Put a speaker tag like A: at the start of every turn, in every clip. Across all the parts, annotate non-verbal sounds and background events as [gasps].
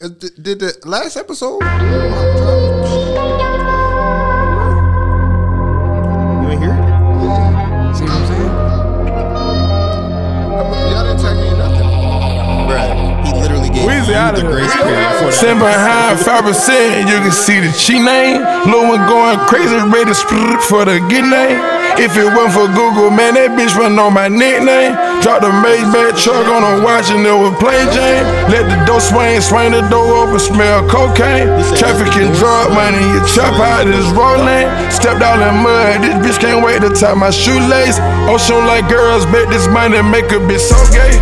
A: Uh, d- Did the last episode?
B: You ain't hear it?
C: See what I'm saying?
A: Y'all didn't tell me nothing.
B: Bruh, he literally gave
D: Weezy
B: you
D: outta
B: the
D: there.
B: grace period for that.
D: Sitting behind five percent, you can see the cheat name. Lil one going crazy, ready to split for the get name. If it wasn't for Google, man, that bitch wouldn't know my nickname. Dropped the Maybach truck on a watch and it was plain Jane. Let the door swing, swing the door open, smell cocaine. Traffic and drug money, you chop out this rolling. Stepped out in mud, this bitch can't wait to tie my shoelace. Ocean like girls, bet this money make a bitch so gay.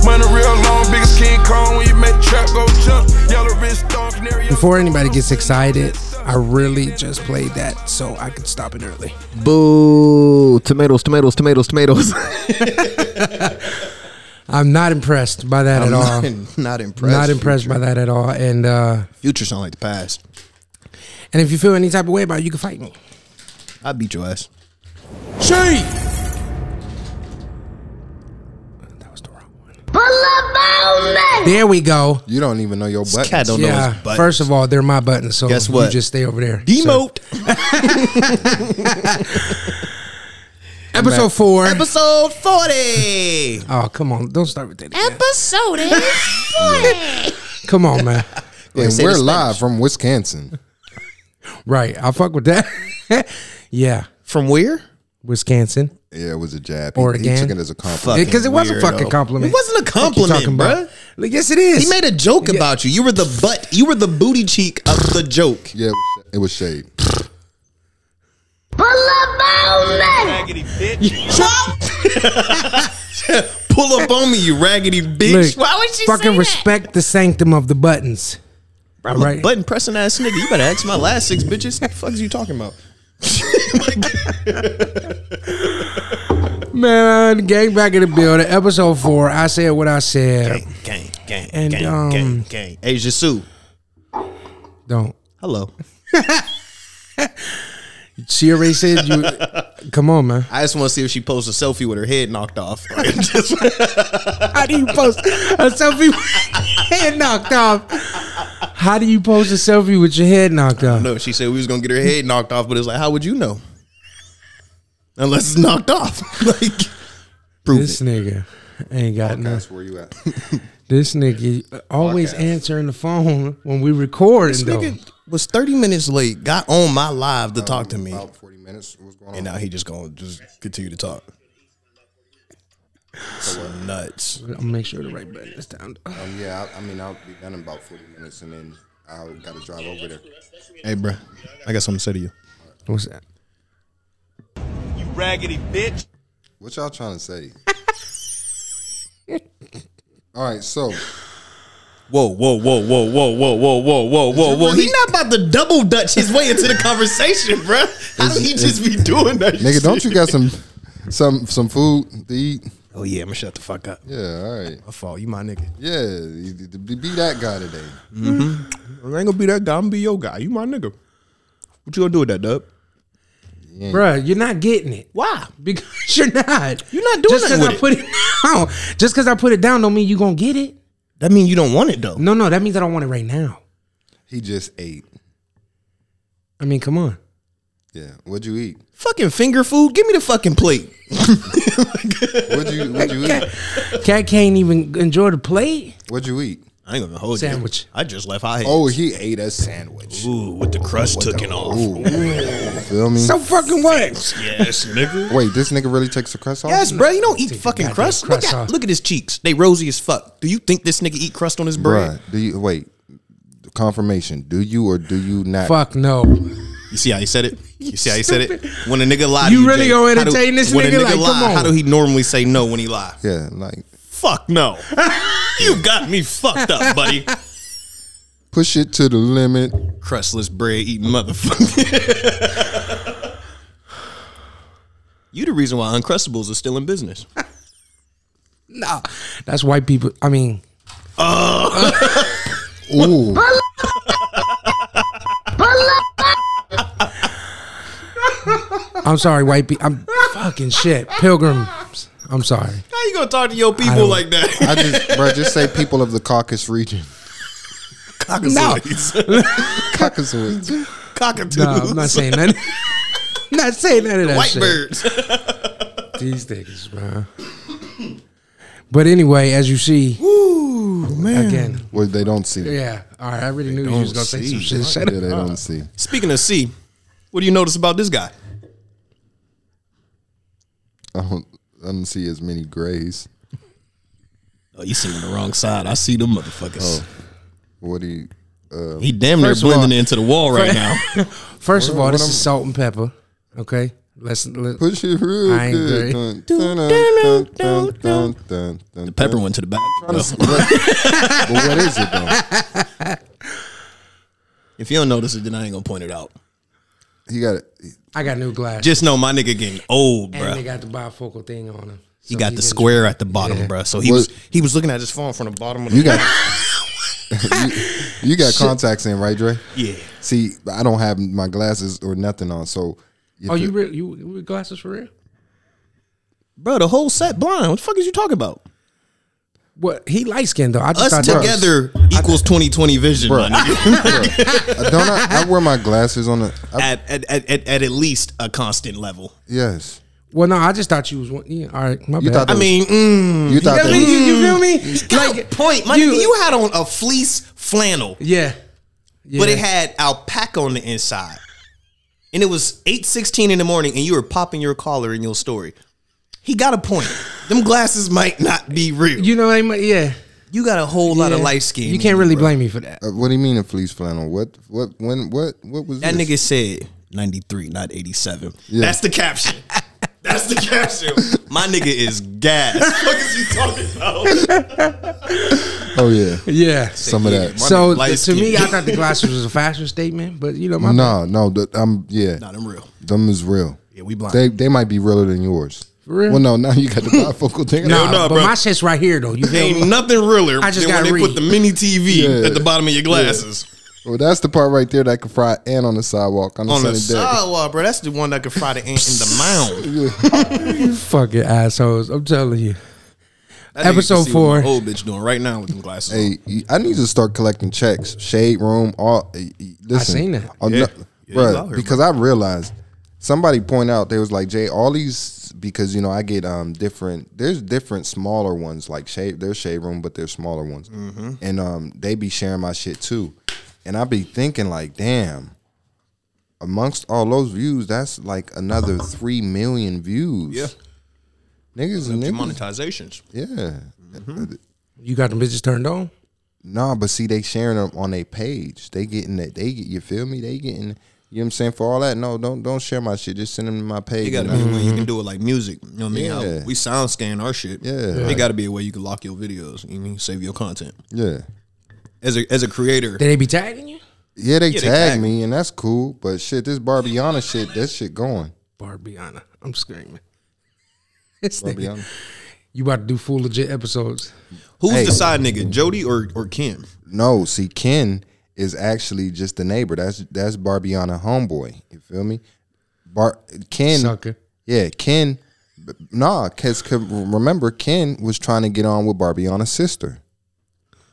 D: Money real long, biggest King Kong when you make trap go jump. Yellow wrist, thong, canary.
C: Before anybody gets excited, I really just played that so I could stop it early.
B: Boo! Tomatoes, tomatoes, tomatoes, tomatoes. [laughs]
C: I'm not impressed by that at all.
A: Um,
B: [laughs] not, not impressed.
C: Not impressed by that at all. And uh,
B: Future sound like the past.
C: and if you feel any type of way about it, you can fight me.
B: I beat your ass.
C: She. That was the wrong one. There we go.
A: You don't even know your butt.
B: cat don't know
C: yeah.
B: his buttons.
C: First of all, they're my buttons, so
B: Guess
C: you
B: what?
C: just stay over there. So,
B: demote
C: episode four.
B: episode forty.
C: oh, come on! Don't start with that. again.
E: Episode is funny.
C: Come on,
B: [laughs]
C: man.
A: And
B: Say the
A: we're
B: Spanish.
A: live from Wisconsin.
C: Right. I'll fuck with that. [laughs] yeah.
B: From where?
C: Wisconsin.
A: Yeah, it was a jab.
C: Or
A: he, he
C: again.
A: took it as a compliment.
C: Because it was a
B: Weirdo.
C: fucking compliment.
B: It wasn't a
C: Fuck you
B: compliment,
C: talking
B: bruh.
C: about? Like, yes, it is.
B: He made a joke about you. You were the butt. You were the booty cheek of the joke. [laughs]
A: Yeah, it was shade.
B: Pull up on me, you raggedy bitch.
C: Look,
B: Why
E: would you say
C: fucking
E: that?
C: respect the sanctum of the buttons.
B: I'm a
C: right.
B: button pressing ass nigga. You better ask my last six bitches. What the fuck is you talking about?
C: Man, gang back in the building. Episode four. I said what I said.
B: Gang, gang, gang,
C: And,
B: gang,
C: um,
B: gang, gang. Asia Sue.
C: Don't.
B: Hello.
C: She already said
B: [laughs]
C: you. come on, man.
B: I just want to see if she posts a selfie with her head knocked off. [laughs] Just-
C: How do you post a selfie with your head knocked off? How do you post a selfie with your head knocked off?
B: no, she said we was gonna get her head knocked off, but it's like, how would you know? Unless it's knocked off. [laughs] like prove
C: This
B: it.
C: nigga ain't got nothing.
A: That's where you at.
C: This nigga always
A: Podcast.
C: answering the phone when we record.
B: This
C: though.
B: nigga was 30 minutes late, got on my live to talk to me.
A: About 40 minutes. What's going on?
B: And now he just gonna just continue to talk. So nuts.
C: I'm gonna make sure the right button is down. [sighs]
A: Um, yeah, I, I mean, I'll be done in about 40 minutes and then I'll got to drive over there.
B: Hey bruh, I got something to say to you.
C: What's that?
F: You raggedy bitch.
A: What y'all trying to
B: [laughs]
A: say? All right, so
B: Whoa, whoa, whoa, whoa, whoa, whoa, whoa, whoa, whoa, whoa, whoa. He not about to double dutch his way into the conversation, bruh. How do he just be doing that
A: nigga,
B: shit?
A: don't you got some some some food to eat?
B: Oh yeah, I'm gonna shut the fuck up.
A: Yeah, all right.
B: My fault. You my nigga.
A: Yeah, you- you- be be that guy today.
B: I ain't gonna be that guy. I'm gonna be your guy. You my nigga. What you gonna do with that, dub?
C: Bruh, you're not getting it.
B: Why?
C: Because [laughs] you're not.
B: You're not doing
C: just
B: nothing
C: I
B: with
C: put it down. Just because I put it down don't mean you gonna get it.
B: That mean you don't want it though.
C: No, no, that means I don't want it right now.
A: He just ate.
C: I mean, come on.
A: Yeah, what'd you eat?
B: Fucking finger food. Give me the fucking plate.
A: What'd you what'd you eat?
C: Cat can't even enjoy the plate.
A: What'd you eat?
B: I ain't gonna hold
C: Sandwich.
B: you. I just left high.
A: Oh, he ate a sandwich.
B: Ooh, with the crust taken off.
A: Feel me?
C: So fucking what?
B: Yes, nigga.
A: Wait, this nigga really takes the crust off?
B: [laughs] Yes, bro. You don't eat fucking
C: goddamn
B: crust.
C: crust
B: look,
C: off.
B: at, look at his cheeks. They rosy as fuck. Do you think this nigga eat crust on his bread?
A: Bruh, do you wait? Confirmation. Do you or do you not?
C: Fuck no.
B: You see how he said it? [laughs] You see how he said it? When a nigga lie,
C: You
B: to you
C: really
B: Jay,
C: gonna
B: how do-
C: entertain this
B: when a
C: nigga? Like, come
B: lie,
C: on.
B: How do he normally say no when he lie?
A: Yeah, like
B: Fuck [laughs] no. you got me fucked up, buddy. [laughs]
A: push it to the limit.
B: Crustless bread eating motherfucker. [laughs] you the reason why Uncrustables are still in business.
C: Nah. That's white people. I mean,
A: Ooh,
C: I'm sorry, white people. I'm fucking shit. Pilgrims. I'm sorry.
B: How you gonna talk to your
C: I
B: people
C: don't-
B: like that?
C: [laughs]
A: I just, bro, just say people of the Caucasus region.
C: No,
A: Caucasoids.
B: Cockatoos,
C: no, Uh, I'm not saying that. [laughs] not saying none of that
B: white
C: shit.
B: birds.
C: These niggas, man. But anyway, as you see, again,
A: Well, they don't see. Yeah,
C: yeah. All right, I really knew you was gonna say some shit. Shut
A: they
C: up.
A: don't see.
B: Speaking of C, what do you notice about this guy?
A: I don't, I don't see as many grays.
B: Oh, you sitting on the wrong side. I see them motherfuckers.
C: Oh,
A: What do you? Uh,
B: He damn near
A: First of all-
B: blending into the wall right now.
C: [laughs] First of all,
A: What
C: this
A: I'm-
C: is salt and pepper. Okay, let's. let
A: push it real
C: I ain't
A: good.
C: gray.
A: Dun, dun, dun, dun, dun, dun, dun,
B: Pepper
A: dun.
B: went to the back.
A: What- but what is it though?
B: If you don't notice it, then I ain't gonna point it out.
A: He got it.
C: I got new glasses.
B: Just know my nigga getting old,
C: and they
B: bruh.
C: got the bifocal thing on them.
B: He got the square at the bottom, bruh. So he
A: What-
B: was he was looking at his phone from the bottom of the
A: You got. you, you got contacts in, right, Dre?
B: yeah.
A: See, I don't have my glasses or nothing on, so. if
C: Oh,
A: it-
C: you real? You with glasses for real?
B: Bro, the whole set blind. What the fuck is you talking about?
C: What he light skinned though? I just
B: Us
C: thought that was-
B: together equals twenty twenty vision,
A: Bruh.
B: my nigga. [laughs]
A: Uh, don't I, I wear my glasses on the uh, I,
B: At, at, at, at at least a constant level.
A: yes.
C: Well, no, I just thought you was one. Yeah, all right, my
A: You
C: bad.
A: thought
B: I
A: that-
B: mean, mm,
A: You thought
C: Yeah, you,
A: that
C: you feel me?
B: like point, my
C: you-
B: nigga. You had on a fleece flannel,
C: Yeah. yeah.
B: but it had alpaca on the inside, and it was eight sixteen in the morning, and you were popping your collar in your story. He got a point. Them glasses might not be real. You,
C: You know, they might- yeah.
B: got a whole lot of
C: yeah.
B: light skin.
C: You
B: in
C: can't really
B: bro.
C: blame me for that.
A: uh, what do you mean a fleece flannel? What what when what what was
B: That
A: this?
B: nigga said ninety three, not eighty seven. That's the caption. That's the caption. [laughs] My nigga is gas. What the fuck is you talking about?
A: Oh yeah.
C: Yeah.
A: Some of that.
C: So
B: Light
C: th- to me,
B: skin.
C: I thought the glasses was a fashion statement, but you know, my
A: No, no, th- um yeah.
B: Not them real.
A: Them is real.
B: Yeah, we blind.
A: They they might be realer than yours. For
C: real?
A: Well no, now you got the [laughs] bifocal thing.
C: Nah,
B: no,
C: but
B: bro.
C: my shit's right here though. You feel
B: Ain't
C: me?
B: nothing realer
C: I just
B: than when
C: gotta
B: they put
C: read.
B: the mini TV
A: Yeah.
B: at the bottom of your glasses.
A: Well that's the part right there that can fry and on the sidewalk on the
B: On the
A: sunny day.
B: sidewalk, bro. That's the one that could fry the ant in the mound.
C: Fucking assholes! I'm telling you.
B: That nigga
C: Episode
B: can see what my
C: four.
B: Old bitch doing right now with them glasses. on.
A: Hey, you- I need to start collecting checks. Shade room, all eh, eh, listen.
C: seen that.
A: Oh, no-
B: Yeah. Yeah,
A: bruh,
B: you out here,
A: because I realized somebody point out they was like Jay, all these because you know I get um different. There's different smaller ones like shade. There's shade room, but they're smaller ones,
B: Mm-hmm.
A: and um they be sharing my shit too, and I be thinking like, damn. Amongst all those views, that's like another three million views.
B: Yeah.
A: niggas,
B: Empty
A: niggas,
B: monetizations.
A: yeah.
C: You got them bitches turned on.
A: Nah, but see, they sharing them on their page. They getting that. They get you feel me. They getting you know what I'm saying for all that. No, don't don't share my shit. Just send them to my page.
B: It gotta be
A: and
B: a
A: I-
B: way you can do it like music. You know what I mean?
A: Yeah.
B: How we sound scan our shit.
A: Yeah.
B: It
A: Right.
B: gotta be a way you can lock your videos. You know what I mean save your content.
A: yeah,
B: As a as a creator,
C: Did they be tagging you?
A: yeah. They
B: Yeah,
A: tag,
B: they tag
A: me, and that's cool. But shit, this Barbiana shit, that shit going.
C: Barbiana, I'm screaming. [laughs] This nigga,
A: Barbiana.
C: you about to do full legit episodes?
B: who's
A: Hey.
B: the side nigga, Jody or or Kim?
A: No, see, Ken is actually just the neighbor. That's that's Barbiana homeboy. You feel me? Bar Ken.
C: Sucker.
A: Yeah, Ken. b- Nah, cause 'cause remember, Ken was trying to get on with Barbiana's sister.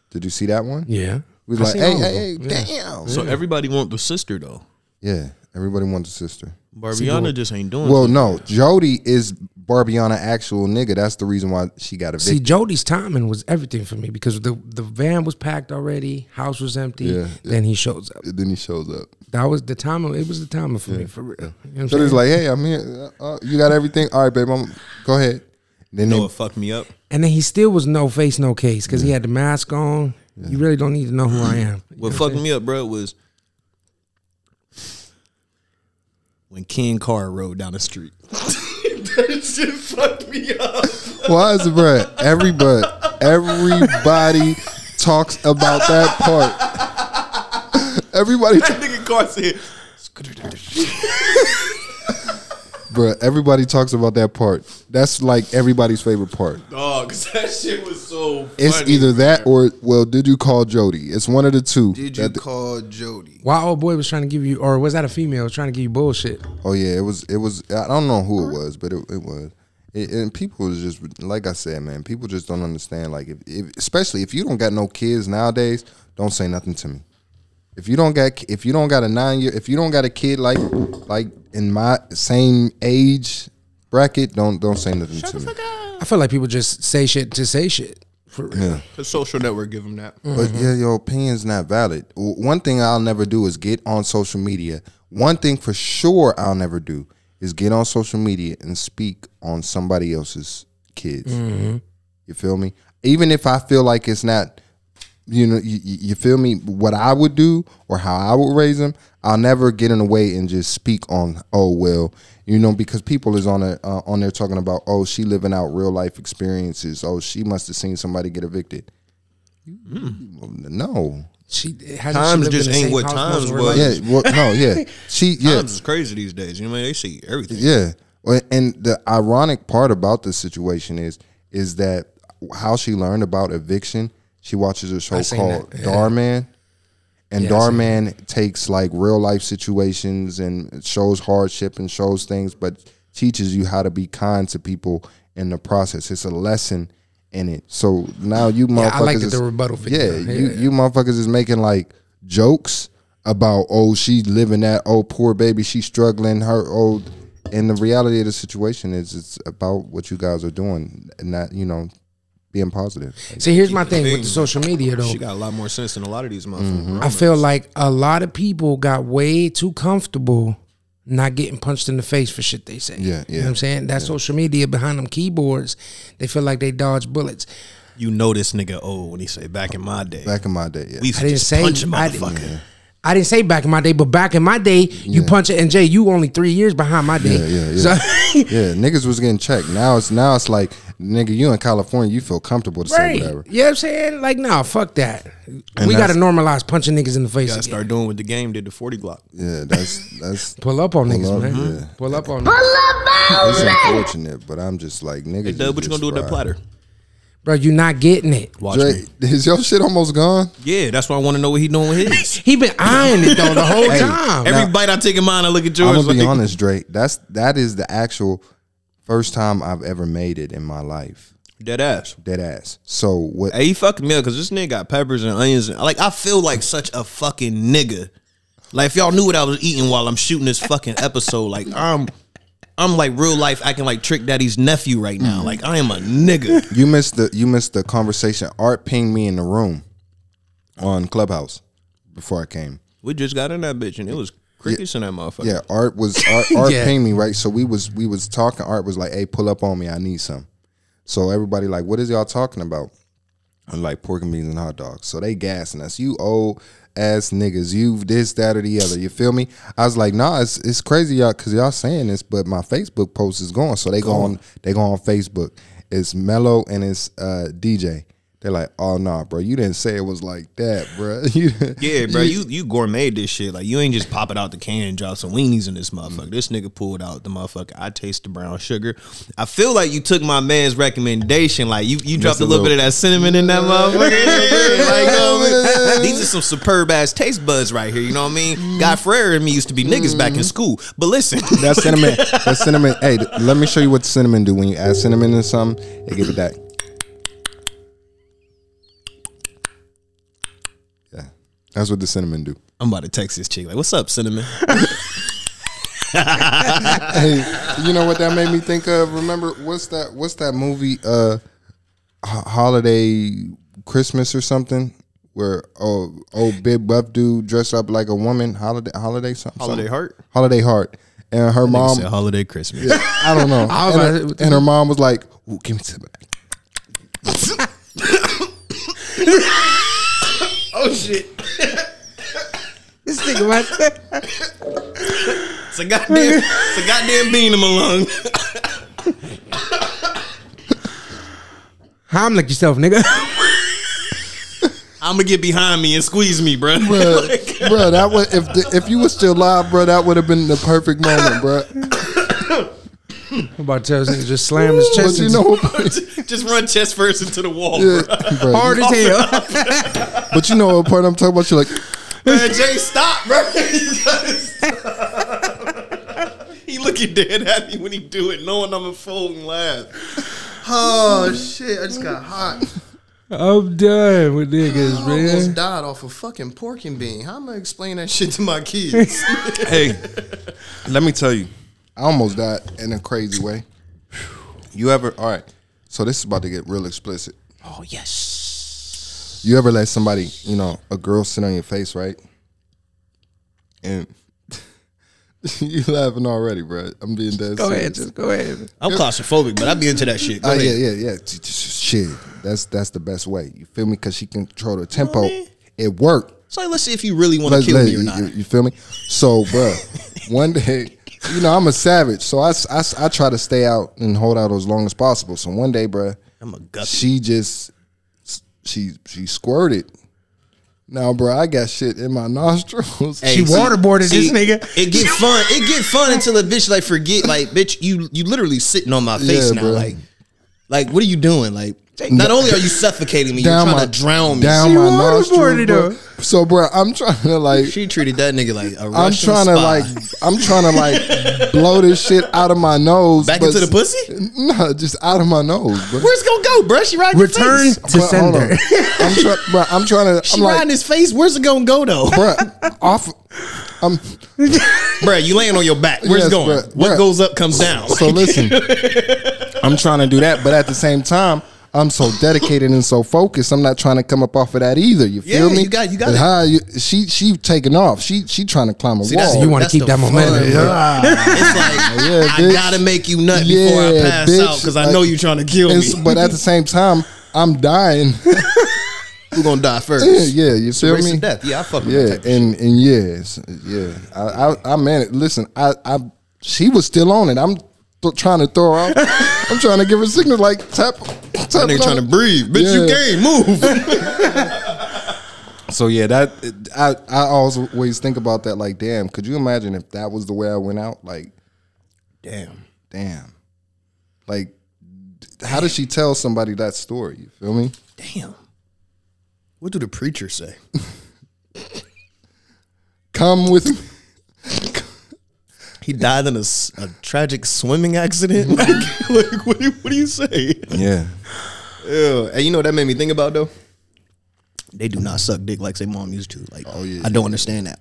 A: Did you see that one?
C: Yeah.
A: We was
C: I
A: like,
C: seen
A: hey,
C: all of
A: hey, hey,
C: them.
A: damn.
B: So everybody want the sister though.
A: Yeah, everybody wants a sister.
B: Barbiana just ain't doing
A: Well, no, Jody is Barbiana actual nigga. That's the reason why she got
C: See,
A: evicted.
C: Jody's timing was everything for me because the the van was packed already, house was empty.
A: Yeah,
C: Then he shows up.
A: then he shows up.
C: That was the timing. It was the timing for me, for real. You know what I'm
A: Jody's
C: saying?
A: like, hey, I'm here. Uh, uh, you got everything? All right, babe, I'm, go ahead. Then
B: No,
A: they,
B: it fucked me up.
C: and then he still was no face, no case because he had the mask on. You really don't need to know who I am.
B: What fucked me up, bro, was when Ken Carr rode down the street. that shit fucked me up.
A: why is it, bro? Everybody, everybody talks about that part. Everybody,
B: That [laughs] nigga Carr said,
A: bruh, everybody talks about that part. That's like everybody's favorite part.
B: "Dog, 'cause that shit was so." Funny.
A: It's e- either that or well, did you call Jody? It's one of the two.
B: Did you
A: That-
B: call Jody?
C: Why old boy was trying to give you, or was that a female trying to give you bullshit?
A: Oh yeah, it was. It was. I don't know who it was, but it, it was. It, and people is just like I said, man. People just don't understand. Like, if, if especially if you don't got no kids nowadays, don't say nothing to me. If you don't got, if you don't got a nine year, if you don't got a kid like, like in my same age bracket, don't don't say nothing to me.
C: I feel like people just say shit to say shit. For real.
B: The social network give them that.
A: But yeah, your opinion's not valid. W- One thing I'll never do is get on social media. One thing for sure I'll never do is get on social media and speak on somebody else's kids. You feel me? Even if I feel like it's not, you know, you, you you feel me? What I would do or how I would raise them, I'll never get in the way and just speak on. Oh well, you know, because people is on a uh, on there talking about. Oh, she living out real life experiences. Oh, she must have seen somebody get evicted. No.
C: She hasn't
B: Times
C: she lived
B: just
C: in the
B: ain't
C: same
B: what
C: house
B: times
C: most of her
B: was.
C: life?
A: Yeah. Well, no.
C: [laughs]
A: Yeah. She. Yeah.
B: Times is crazy these days. You know, what I mean? they see everything.
A: Yeah. Well, And the ironic part about this situation is, is that how she learned about eviction. She watches a show
C: seen
A: called
C: that, yeah.
A: Darman, and
C: Yeah, I seen
A: Darman takes like real life situations and shows hardship and shows things, but teaches you how to be kind to people in the process. It's a lesson in it. So now you motherfuckers,
C: I liked
A: is-
C: the rebuttal video.
A: Yeah,
C: Yeah,
A: you
C: yeah.
A: you motherfuckers is making like jokes about oh she living that oh poor baby she struggling her old and the reality of the situation is it's about what you guys are doing and not you know being positive
C: See, here's my thing with the social media though.
B: She got a lot more sense than a lot of these motherfuckers.
C: I feel like a lot of people got way too comfortable not getting punched in the face for shit they say.
A: Yeah,
C: You know
A: yeah,
C: what I'm saying? That social media behind them keyboards, they feel like they dodge bullets.
B: You know this nigga old when he say back in my day.
A: back in my day yeah
B: we used
C: I
B: to
C: didn't
B: just
C: say
B: punch a
C: I
B: motherfucker.
C: didn't, I didn't say back in my day, but back in my day, you punch it and Jay, you only three years behind my day.
A: yeah yeah yeah.
C: So-
A: yeah niggas was getting checked now it's now it's like nigga you in California you feel comfortable to
C: [laughs] Right.
A: say whatever
C: You know what I'm saying? Like, nah, fuck that. we got to
A: that's-
C: normalize punching niggas in the face.
B: Gotta
C: again.
B: start doing what the game did to 40 Glock.
A: yeah that's that's
C: Pull up on niggas,
A: up,
C: man.
A: yeah.
C: Pull up on niggas.
A: it's unfortunate but I'm just like niggas
B: Hey, Dub, what
A: is
B: you gonna
A: just
B: do with that
A: fried.
B: platter?
C: Bro, you not getting it.
B: Watch
A: Dre, [laughs] is your shit almost gone
B: Yeah, that's why I want to know what he doing with [laughs] his.
C: He been eyeing it, though, the whole
A: Hey,
C: time.
B: Every bite I take in mine, I look at
A: I'm
B: yours.
A: gonna be
B: like-
A: honest, Drake. That's that is the actual first time I've ever made it in my life.
B: Dead ass.
A: Dead ass. So what?
B: Hey, he fucking me up because this nigga got peppers and onions. And, like, I feel like such a fucking nigga. Like, if y'all knew what I was eating while I'm shooting this fucking episode, like, I'm. I'm like real life acting like Trick Daddy's nephew right now. Like I am a nigga.
A: You missed the you missed the conversation. Art pinged me in the room on Clubhouse before I came.
B: We just got in that bitch and it was crickets in that motherfucker.
A: Yeah, Art was Art, Art
C: Yeah.
A: pinged me right. So we was we was talking. Art was like, "Hey, pull up on me. I need some." So everybody like, "What is y'all talking about?" I'm like, "Pork and beans and hot dogs." So they gassing us. You old ass niggas. You this that or the other. You feel me? I was like, "Nah, it's it's crazy y'all because y'all saying this, but my Facebook post is going." So they go on they go on Facebook. It's Mello and it's uh, DJ. They're like, "Oh nah, bro, you didn't say it was like that, bro." [laughs] You-
B: Yeah, bro, you you gourmet this shit. Like you ain't just pop it out the can and drop some weenies in this motherfucker. This nigga pulled out the motherfucker. I taste the brown sugar. I feel like you took my man's recommendation. Like you you dropped
A: a
B: a little, bit of
A: little-
B: that cinnamon in that motherfucker. Yeah, like, you know what I [laughs] mean? These are some superb ass taste buds right here. You know what I mean? Guy Frere and me used to be niggas back in school. But listen, [laughs]
A: That cinnamon, that cinnamon. Hey, th- let me show you what cinnamon do when you add cinnamon in something. It give it that. Yeah, that's what the cinnamon do.
B: I'm about to text this chick. Like, what's up, cinnamon?
A: Hey, you know what that made me think of? Remember what's that? What's that movie? Uh, Ho- holiday Christmas or something. Where oh old big buff dude dressed up like a woman, holiday holiday something,
B: Holiday Heart?
A: holiday heart, and her
B: Nigga
A: mom,
B: said holiday Christmas.
A: I don't know,
C: I was
A: and,
C: about
A: her, and her mom was like, Ooh, "Give me some of that."
C: This nigga right there. [laughs]
B: It's a goddamn it's a goddamn bean in my lung. [laughs]
C: Home like yourself, nigga. [laughs]
B: I'ma get behind me and squeeze me, bro. [laughs]
A: Bruh, bruh, that was if the, if you were still live, bruh, that would have been the perfect moment, bruh.
C: I'm about to tell this nigga just slam his
A: But
C: chest.
A: you
C: into-
A: know,
B: just run chest first into the wall, bro.
A: bruh,
C: [laughs] hard as hell.
A: but you know what part I'm talking about? You're like,
B: [laughs] Man, Jay, stop, bro. You gotta stop. He he looking dead at me when he do it, knowing I'm a fool and laugh. Oh shit! I just got hot.
C: [laughs] I'm done with niggas,
B: I almost
C: man.
B: died off a fucking pork and bean. How am I gonna explain that shit to my kids?
A: Hey, let me tell you, I almost died in a crazy way. You ever? All right, so this is about to get real explicit.
B: oh yes.
A: You ever let somebody, you know, a girl sit on your face, right? And [laughs] you laughing already, bro. I'm being dead.
C: Go ahead,
A: serious.
C: just go ahead.
B: [laughs] I'm claustrophobic, but I be into that shit. Go
A: Oh
B: ahead.
A: yeah, yeah, yeah. Ch- ch- ch- Shit, that's that's the best way. You feel me? Because she can control the tempo. It worked.
B: So let's see if you really want to
A: Let's-
B: kill
A: let-
B: me or
A: you,
B: not.
A: you- you feel me? So, bro,
B: [laughs]
A: one day, you know, I'm a savage, so I, s- I s- I try to stay out and hold out as long as possible. So one day, bro,
B: I'm a guppy.
A: she just she she squirted. Now, bro, I got shit in my [laughs] nostrils.
C: She waterboarded this nigga.
B: It get fun. It get fun until a bitch like forget. Like bitch, you you literally sitting on my face
A: Yeah,
B: now.
A: bro.
B: Like like what are you doing? Like not only are you suffocating me, you're
A: down
B: trying
A: my
B: to drown me.
A: down
C: She
A: my nostrils,
C: waterboarded
A: bro.
C: her.
A: So, bro, I'm trying to like
B: She treated that nigga like a Russian
A: I'm trying to
B: spy.
A: like, I'm trying to
B: [laughs]
A: like blow this shit out of my nose.
B: back
A: but-
B: into the pussy.
A: No, just out of my nose, bro.
B: Where's it gonna go, bruh? She riding his
C: Return
B: face.
C: to
A: But hold on.
C: sender.
A: I'm, try- bro, I'm trying to.
B: She
A: I'm like,
B: riding his face. Where's it gonna go though,
A: bro, off. I'm
B: [laughs] bruh? You laying on your back. Where's
A: Yes,
B: it going?
A: bruh,
B: What
A: bruh.
B: goes up comes down. [laughs]
A: so listen. I'm trying to do that, but at the same time. I'm so dedicated and so focused. I'm not trying to come up off of that either. You feel
B: Yeah,
A: me?
B: you got- you got
A: But
B: it.
A: how you, she she taking off. She she trying to climb a
B: See, that's-
A: wall.
C: You want to
B: That's
C: keep
B: the
C: that
B: fun,
C: momentum.
B: bro.
C: Yeah.
A: [laughs]
B: It's like
A: Yeah,
B: I
A: bitch.
B: gotta make you nut before I
A: Yeah,
B: pass out
A: bitch,
B: because I
A: like-
B: know you trying to kill me.
A: It's- but at the same time, I'm dying. [laughs]
B: Who gonna die first?
A: yeah, yeah, you
B: It's a
A: feel
B: race
A: me?
B: to death. Yeah, I fuck with
A: Yeah,
B: that. type of shit.
A: and and yes, yeah. I I, I man, listen, I I she was still on it. I'm th- trying to throw her out. [laughs] I'm trying to give her signal like tap tap.
B: That nigga trying to breathe. Bitch, you
A: Yeah. [laughs]
B: can't move.
A: So yeah, that I I always think about that. Like, damn, could you imagine if that was the way I went out? Like,
B: Damn.
A: damn, like. How does she tell somebody that story? You feel me?
B: Damn. What do the preacher say?
A: Come with me.
B: He died in a, s- a tragic swimming accident? [laughs] like, like, what, do, what do you say?
A: [laughs] Yeah.
B: Ew. Hey, you know what that made me think about, though? They do not suck dick like their mom used to. Like,
A: yeah.
B: I don't understand that.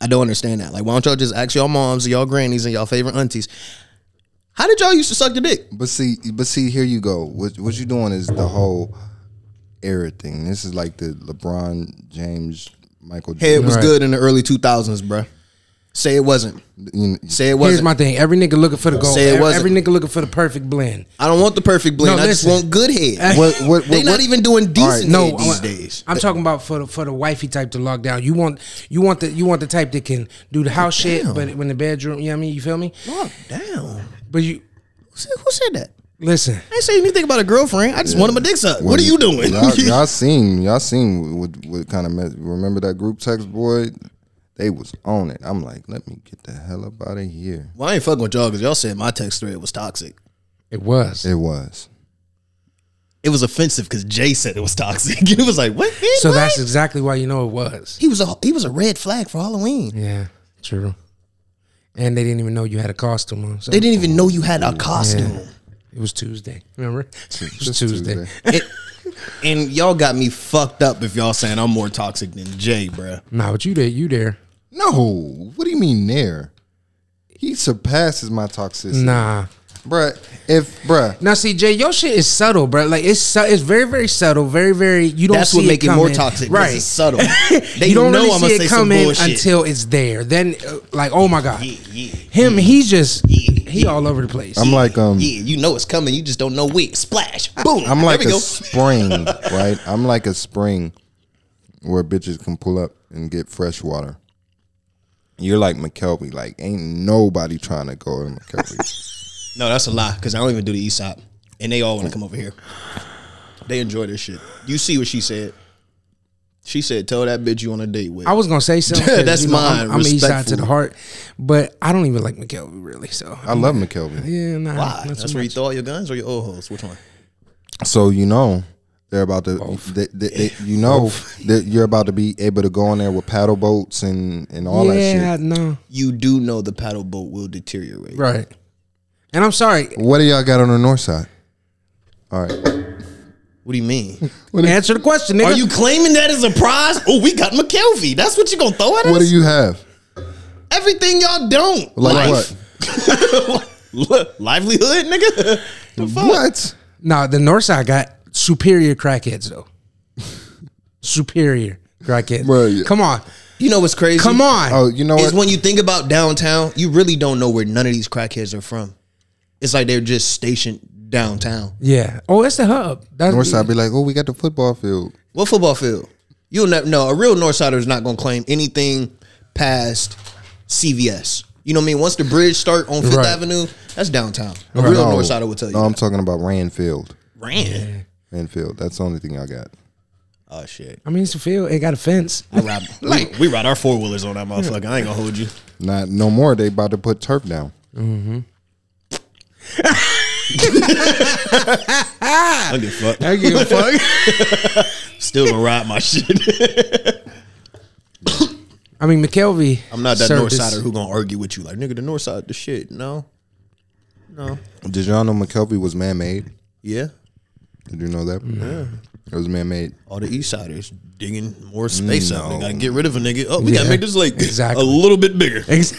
B: I don't understand that. Like, why don't y'all just ask y'all moms, y'all grannies, and y'all favorite aunties, how did y'all used to suck the dick?
A: But see, but see, here you go. What what you doing is the whole era thing. This is like the LeBron James, Michael.
B: Hey, it was
C: Right.
B: good in the early 2000s, bruh. Say it wasn't.
A: You know,
B: Say it
C: Here's
B: wasn't.
C: my thing. Every nigga looking for the goal.
B: Say it
C: Every,
B: wasn't.
C: every nigga looking for the perfect blend.
B: I don't want the perfect blend.
C: No,
B: I just
C: listen.
B: want good head.
A: what, what, what,
B: they not
A: what-
B: even doing
A: All right,
B: decent
C: No,
B: head these
C: I-
B: days.
C: I'm talking about for the for the wifey type to lock down. You want you want the you want the type that can do the house shit, but when the bedroom, you know what I mean? You feel me?
B: Fuck, damn. Who
C: But you
B: said, who said that?
C: listen.
B: I ain't say anything about a girlfriend. I just wanted my dick sucked. What are you doing? [laughs]
A: Y'all, y'all seen? Y'all seen what, what kind of mess? Remember that group text boy? They was on it. I'm like, let me get the hell up out of here.
B: well, I ain't fucking with y'all because y'all said my text thread was toxic.
C: It was.
A: It was.
B: It was offensive because Jay said it was toxic. [laughs] it was like, what? man?
C: So
B: What?
C: that's exactly why you know it was.
B: he was a he was a red flag for Halloween.
C: Yeah, true. And they didn't even know you had a costume on. So
B: They didn't even know you had a costume.
C: it was Tuesday. Remember? [laughs] It was Tuesday.
B: And, and y'all got me fucked up if y'all saying I'm more toxic than Jay, bruh.
C: Nah, but you there, you there.
A: No, what do you mean there? He surpasses my toxicity,
C: Nah.
A: bruh. If bruh,
C: Now see, Jay, your shit is subtle, bro. Like it's su- it's very, very subtle. Very, very. You don't.
B: That's
C: see
B: what make it, more
C: coming.
B: toxic. Right,
C: right? [laughs]
B: it's subtle. They
C: you don't
B: know
C: really see
B: I'm gonna say
C: it
B: some
C: coming
B: bullshit.
C: until it's there. Then, uh, like, oh my god, him, he's just he all over the place.
A: I'm like um,
B: Yeah, you know it's coming. You just don't know when. Splash, boom.
A: I'm like
B: there we
A: a
B: go.
A: spring,
B: [laughs]
A: right? I'm like a spring where bitches can pull up and get fresh water. You're like McKelvey, like ain't nobody trying to go to McKelvey.
B: No, that's a lie because I don't even do the E ESOP, and they all want to come over here. They enjoy this shit. You see what she said? She said, "Tell that bitch you on a date with."
C: I was gonna say something. 'cause,
B: [laughs] That's
C: you know, I'm-
B: mine,
C: I'm, east side to
B: respectful.
C: the heart, but I don't even like McKelvey really. So
A: I love McKelvey.
C: yeah, nah,
B: Why?
C: not so
B: That's where you
C: much.
B: throw all your guns or your old hoes. Which one?
A: So you know, They're about to, they, they, they- you know, that you're about to be able to go on there with paddle boats and and all
C: yeah,
A: that shit.
C: no,
B: You do know the paddle boat will deteriorate.
C: right. And I'm sorry.
A: What do y'all got on the north side? All right,
B: What do you mean?
C: [laughs] Answer the question, nigga.
B: Are you claiming that as a prize? Oh, we got McKelvey. That's what you gonna throw at us?
A: what do you have?
B: Everything y'all don't.
A: Like
B: Life. [laughs] Look, livelihood, nigga. The fuck?
A: what? What?
C: Nah, the north side got superior crackheads
B: [laughs]
C: though. superior crackheads.
A: Bro, yeah.
C: Come on,
B: You know what's crazy?
C: come on.
A: Oh, you know
B: Is
A: what?
B: when you think about downtown, you really don't know where none of these crackheads are from. It's like they're just stationed downtown.
C: yeah. Oh, it's the hub. That's
A: North side be like, oh, we got the football field.
B: What football field? You'll never know. A real Northsider is not going to claim anything past CVS. You know what I mean? Once the bridge start on Fifth
C: Right.
B: Avenue, that's downtown. A real
A: no, Um,
B: Northsider will tell you.
A: No, I'm
B: that.
A: talking about Randfield.
B: Ran.
A: Randfield. That's the only thing I got.
B: Oh shit.
C: I mean, it's a field. It got a fence.
B: I ride, [laughs] like we ride our four wheelers on that motherfucker. I ain't gonna hold you.
A: Not no more. They about to put turf down.
B: I don't give a fuck.
C: I give a [laughs] fuck.
B: Still gonna
A: [laughs]
B: ride my shit.
C: I mean, McKelvey.
B: I'm not that
C: served
B: North
C: this-
B: Northsider who gonna argue with you like nigga. The Northside, the shit. No. No.
A: Did y'all know McKelvey was man made?
B: Yeah.
A: Did you know that? Yeah. It was man made.
B: All the East Siders digging more space
A: Mm,
B: out. They gotta get rid of a nigga. Oh, we gotta
C: Yeah,
B: make this lake
C: exactly.
B: a little bit bigger.
C: [laughs] Ex-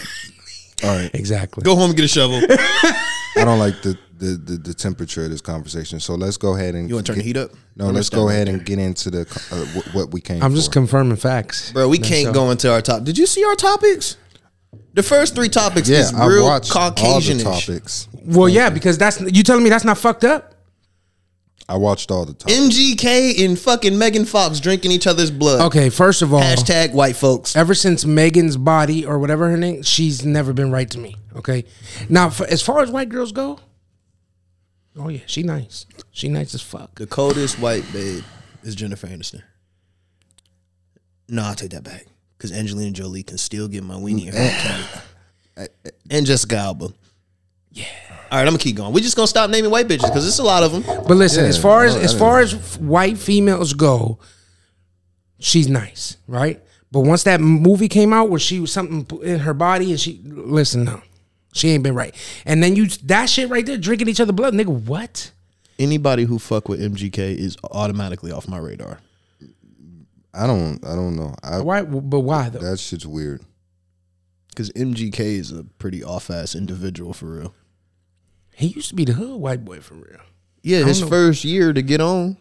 A: All right.
C: Exactly.
B: Go home and get
A: [laughs]
B: a shovel.
A: I don't like the, the, the, the temperature of this conversation. So let's go ahead and
B: You wanna turn
A: get-
B: the heat up?
A: No,
B: Let me
A: let's
B: stand
A: go
B: right
A: ahead and get into the co- uh, wh- what we came.
C: I'm just
A: for.
C: confirming facts,
B: Bro, we can't go into our top. Did you see our topics? The first three topics
A: yeah.
B: is
A: I
B: real
A: watched
B: Caucasian
A: all the topics.
C: Well, yeah, because that's you telling me that's not fucked up.
A: I watched all the topics.
B: MGK and fucking Megan Fox drinking each other's blood.
C: Okay, first of all,
B: Hashtag white folks.
C: ever since Megan's body or whatever her name, she's never been right to me. Okay, now for, as far as white girls go, oh yeah, she nice. She nice as fuck.
B: The coldest white babe is Jennifer Aniston. No, I'll take that back. Because Angelina Jolie can still get my weenie and [laughs] her cat. And Jessica Alba. Yeah. All right, I'm going to keep going. We're just going to stop naming white bitches because it's a lot of them.
C: But listen, as far as
A: no,
C: as
A: I
C: far as f- white females go, she's nice, right? But once that movie came out where she was something p- in her body and she listen, no, she ain't been right. And then you that shit right there, drinking each other blood, nigga. What?
B: Anybody who fuck with MGK is automatically off my radar.
A: I don't. I don't know. I,
C: Why? But why though?
A: that shit's weird.
B: Because MGK is a pretty off ass individual for real.
C: He used to be the hood white boy for real.
B: Yeah, his first year to get on.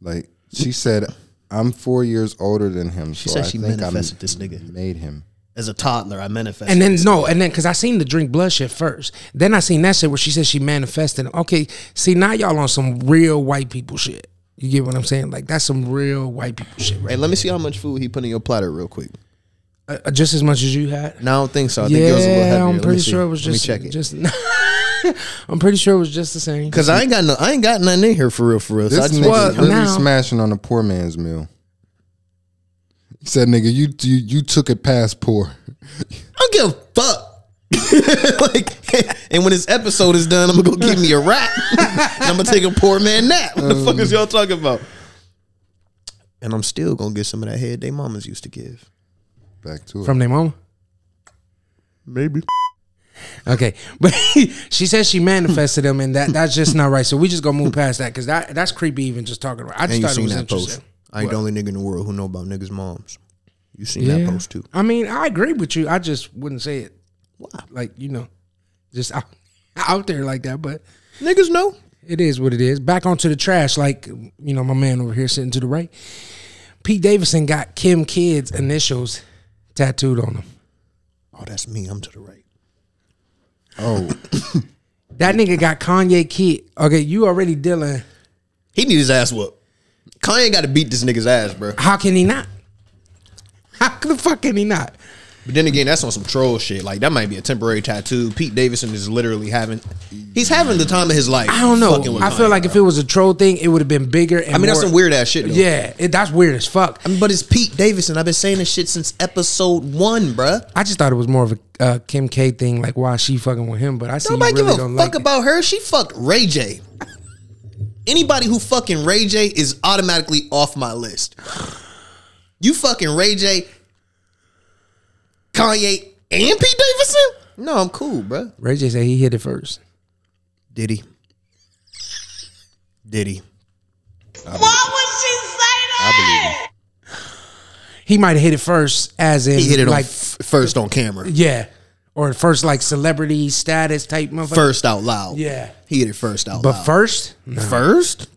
A: Like she said, I'm four years older than him.
B: She
A: so
B: said
A: I
B: she
A: think I
B: manifested this nigga.
A: made him.
B: As a toddler, I manifested.
C: And then no, and then because I seen the drink blood shit first. Then I seen that shit where she said she manifested. Okay, see now y'all on some real white people shit. You get what I'm saying? Like that's some real white people shit, right?
B: Hey, let me see how much food he put in your platter real quick.
C: Uh, uh, just as much as you had.
B: No, I don't think so. I think
C: yeah,
B: it was a little heavier. Let
C: I'm
B: me
C: pretty
B: see.
C: sure it was
B: Let me
C: just.
B: check it.
C: Just. [laughs] I'm pretty sure it was just the same.
B: Cause I ain't got no, I ain't got nothing in here for real, for real. So I
A: This
B: just
A: nigga
B: want
C: Well,
A: really
C: now-
A: smashing on a poor man's meal. He said, "Nigga, you you, you took it past poor." [laughs]
B: I don't give a fuck. [laughs] like, and when this episode is done, I'm gonna go give me a rap. [laughs] and I'm gonna take a poor man nap. What the fuck is y'all talking about? And I'm still gonna get some of that head they mamas used to give.
A: Back to it.
C: From their mama.
B: Maybe.
C: Okay, [laughs] but she says she manifested them, and that that's just not right. So we just gonna move past that because that that's creepy. Even just talking about. I
B: And
C: just
B: you
C: thought it
B: seen
C: was
B: that post?
C: interesting.
B: I ain't the only nigga in the world who know about niggas' moms. You seen that
C: Yeah.
B: post too?
C: I mean, I agree with you. I just wouldn't say it.
B: Why?
C: Like you know, just out, [laughs] out there like that. But
B: Niggas know.
C: it is what it is. Back onto the trash, like you know, my man over here sitting to the right. Pete Davidson got Kim Kid's initials tattooed on him.
B: Oh, that's me. I'm to the right. [laughs]
A: Oh,
C: That nigga got Kanye Kid. Okay, you already dealing.
B: He need his ass whooped. Kanye got to beat this nigga's ass, bro.
C: How can he not? How the fuck can he not?
B: But then again, that's on some troll shit. Like that might be a temporary tattoo. Pete Davidson is literally having, he's having the time of his life.
C: I don't know.
B: fucking with
C: I feel
B: Kanye,
C: like
B: bro.
C: if it was a troll thing, it would have been bigger. And
B: I mean, that's
C: more-
B: some weird ass shit. Though.
C: Yeah, it, that's weird as fuck.
B: I mean, but it's Pete Davidson. I've been saying this shit since episode one, bruh.
C: I just thought it was more of a uh, Kim K thing, like why she fucking with him. But I see you
B: Nobody
C: really
B: give a
C: don't
B: fuck
C: like it.
B: about her. She fucked Ray J. anybody who fucking Ray J is automatically off my list. You fucking Ray J, Kanye, and Pete Davidson? No, I'm cool, bro.
C: Ray J said he hit it first.
B: Diddy. Diddy.
E: Why would she say that?
C: He might have hit it first, as in
B: He hit it
C: like,
B: on f- first on camera.
C: yeah, or first like celebrity status type motherfucker.
B: First out loud.
C: Yeah.
B: He hit it first out
C: but
B: loud.
C: first, no.
B: first?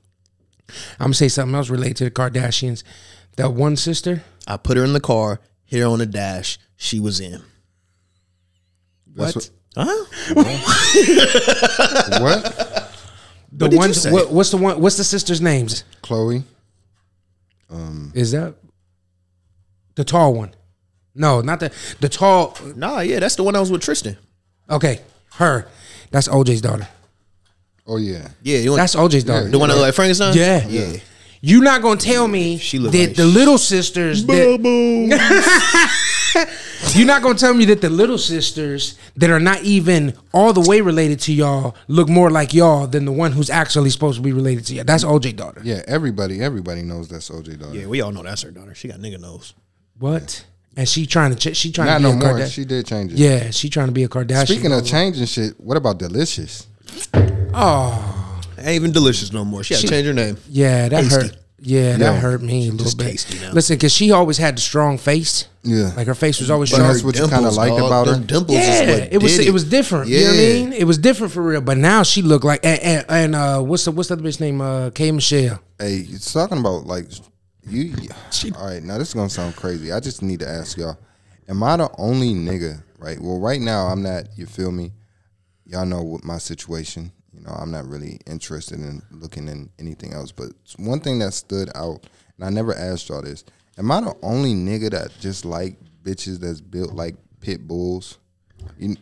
C: I'm gonna say something else related to the Kardashians. That one sister,
B: I put her in the car, hit her on the dash. She was in.
A: That's what?
B: Huh?
A: What?
C: the
B: did
C: one,
B: you say?
C: what- what's the one? What's the sister's names?
A: Chloe?
C: Is that the tall one? No, not the the tall.
B: Nah, yeah, that's the one I was with Tristan.
C: Okay, her. That's OJ's daughter.
A: Oh yeah.
B: Yeah, you want,
C: That's OJ's daughter.
B: the one that looked like Frankenstein.
C: Yeah.
B: yeah.
C: You not gonna tell me
B: She
C: that
B: look like
C: the
B: sh-
C: little sisters that, you're not gonna tell me that the little sisters that are not even all the way related to y'all look more like y'all than the one who's actually supposed to be related to y'all. That's OJ daughter.
A: Yeah, everybody, everybody knows that's OJ daughter.
B: Yeah, we all know that's her daughter. She got nigga nose.
C: What? And she trying to ch- she trying
A: Not
C: to be
A: no
C: a
A: more.
C: Kardashian.
A: She did change it.
C: yeah, she trying to be a Kardashian.
A: Speaking of changing shit, what about Delicious?
C: Oh,
B: Ain't even delicious no more. She, had to change her name.
C: yeah, that
B: Tasty.
C: hurt. Yeah,
A: Yeah.
C: that hurt me a little
B: just
C: bit.
B: tasty now.
C: Listen, because she always had the strong face.
A: Yeah.
C: like her face was always
A: But
C: strong.
A: that's what you kinda
B: Dimples,
A: like
B: dog.
A: about her?
B: Them Dimples is
C: Yeah,
B: what
C: it was
B: did
C: it was different. You know what I
B: Yeah.
C: mean? It was different for real. But now she looked like and, and, and uh, what's the what's the other bitch name? Uh, K Michelle.
A: Hey, it's talking about like you. all right, now this is gonna sound crazy. I just need to ask y'all: Am I the only nigga? Right. Well, right now I'm not. You feel me? Y'all know what my situation. You know, I'm not really interested in looking in anything else. But one thing that stood out, and I never asked y'all this: Am I the only nigga that just like bitches that's built like pit bulls? You,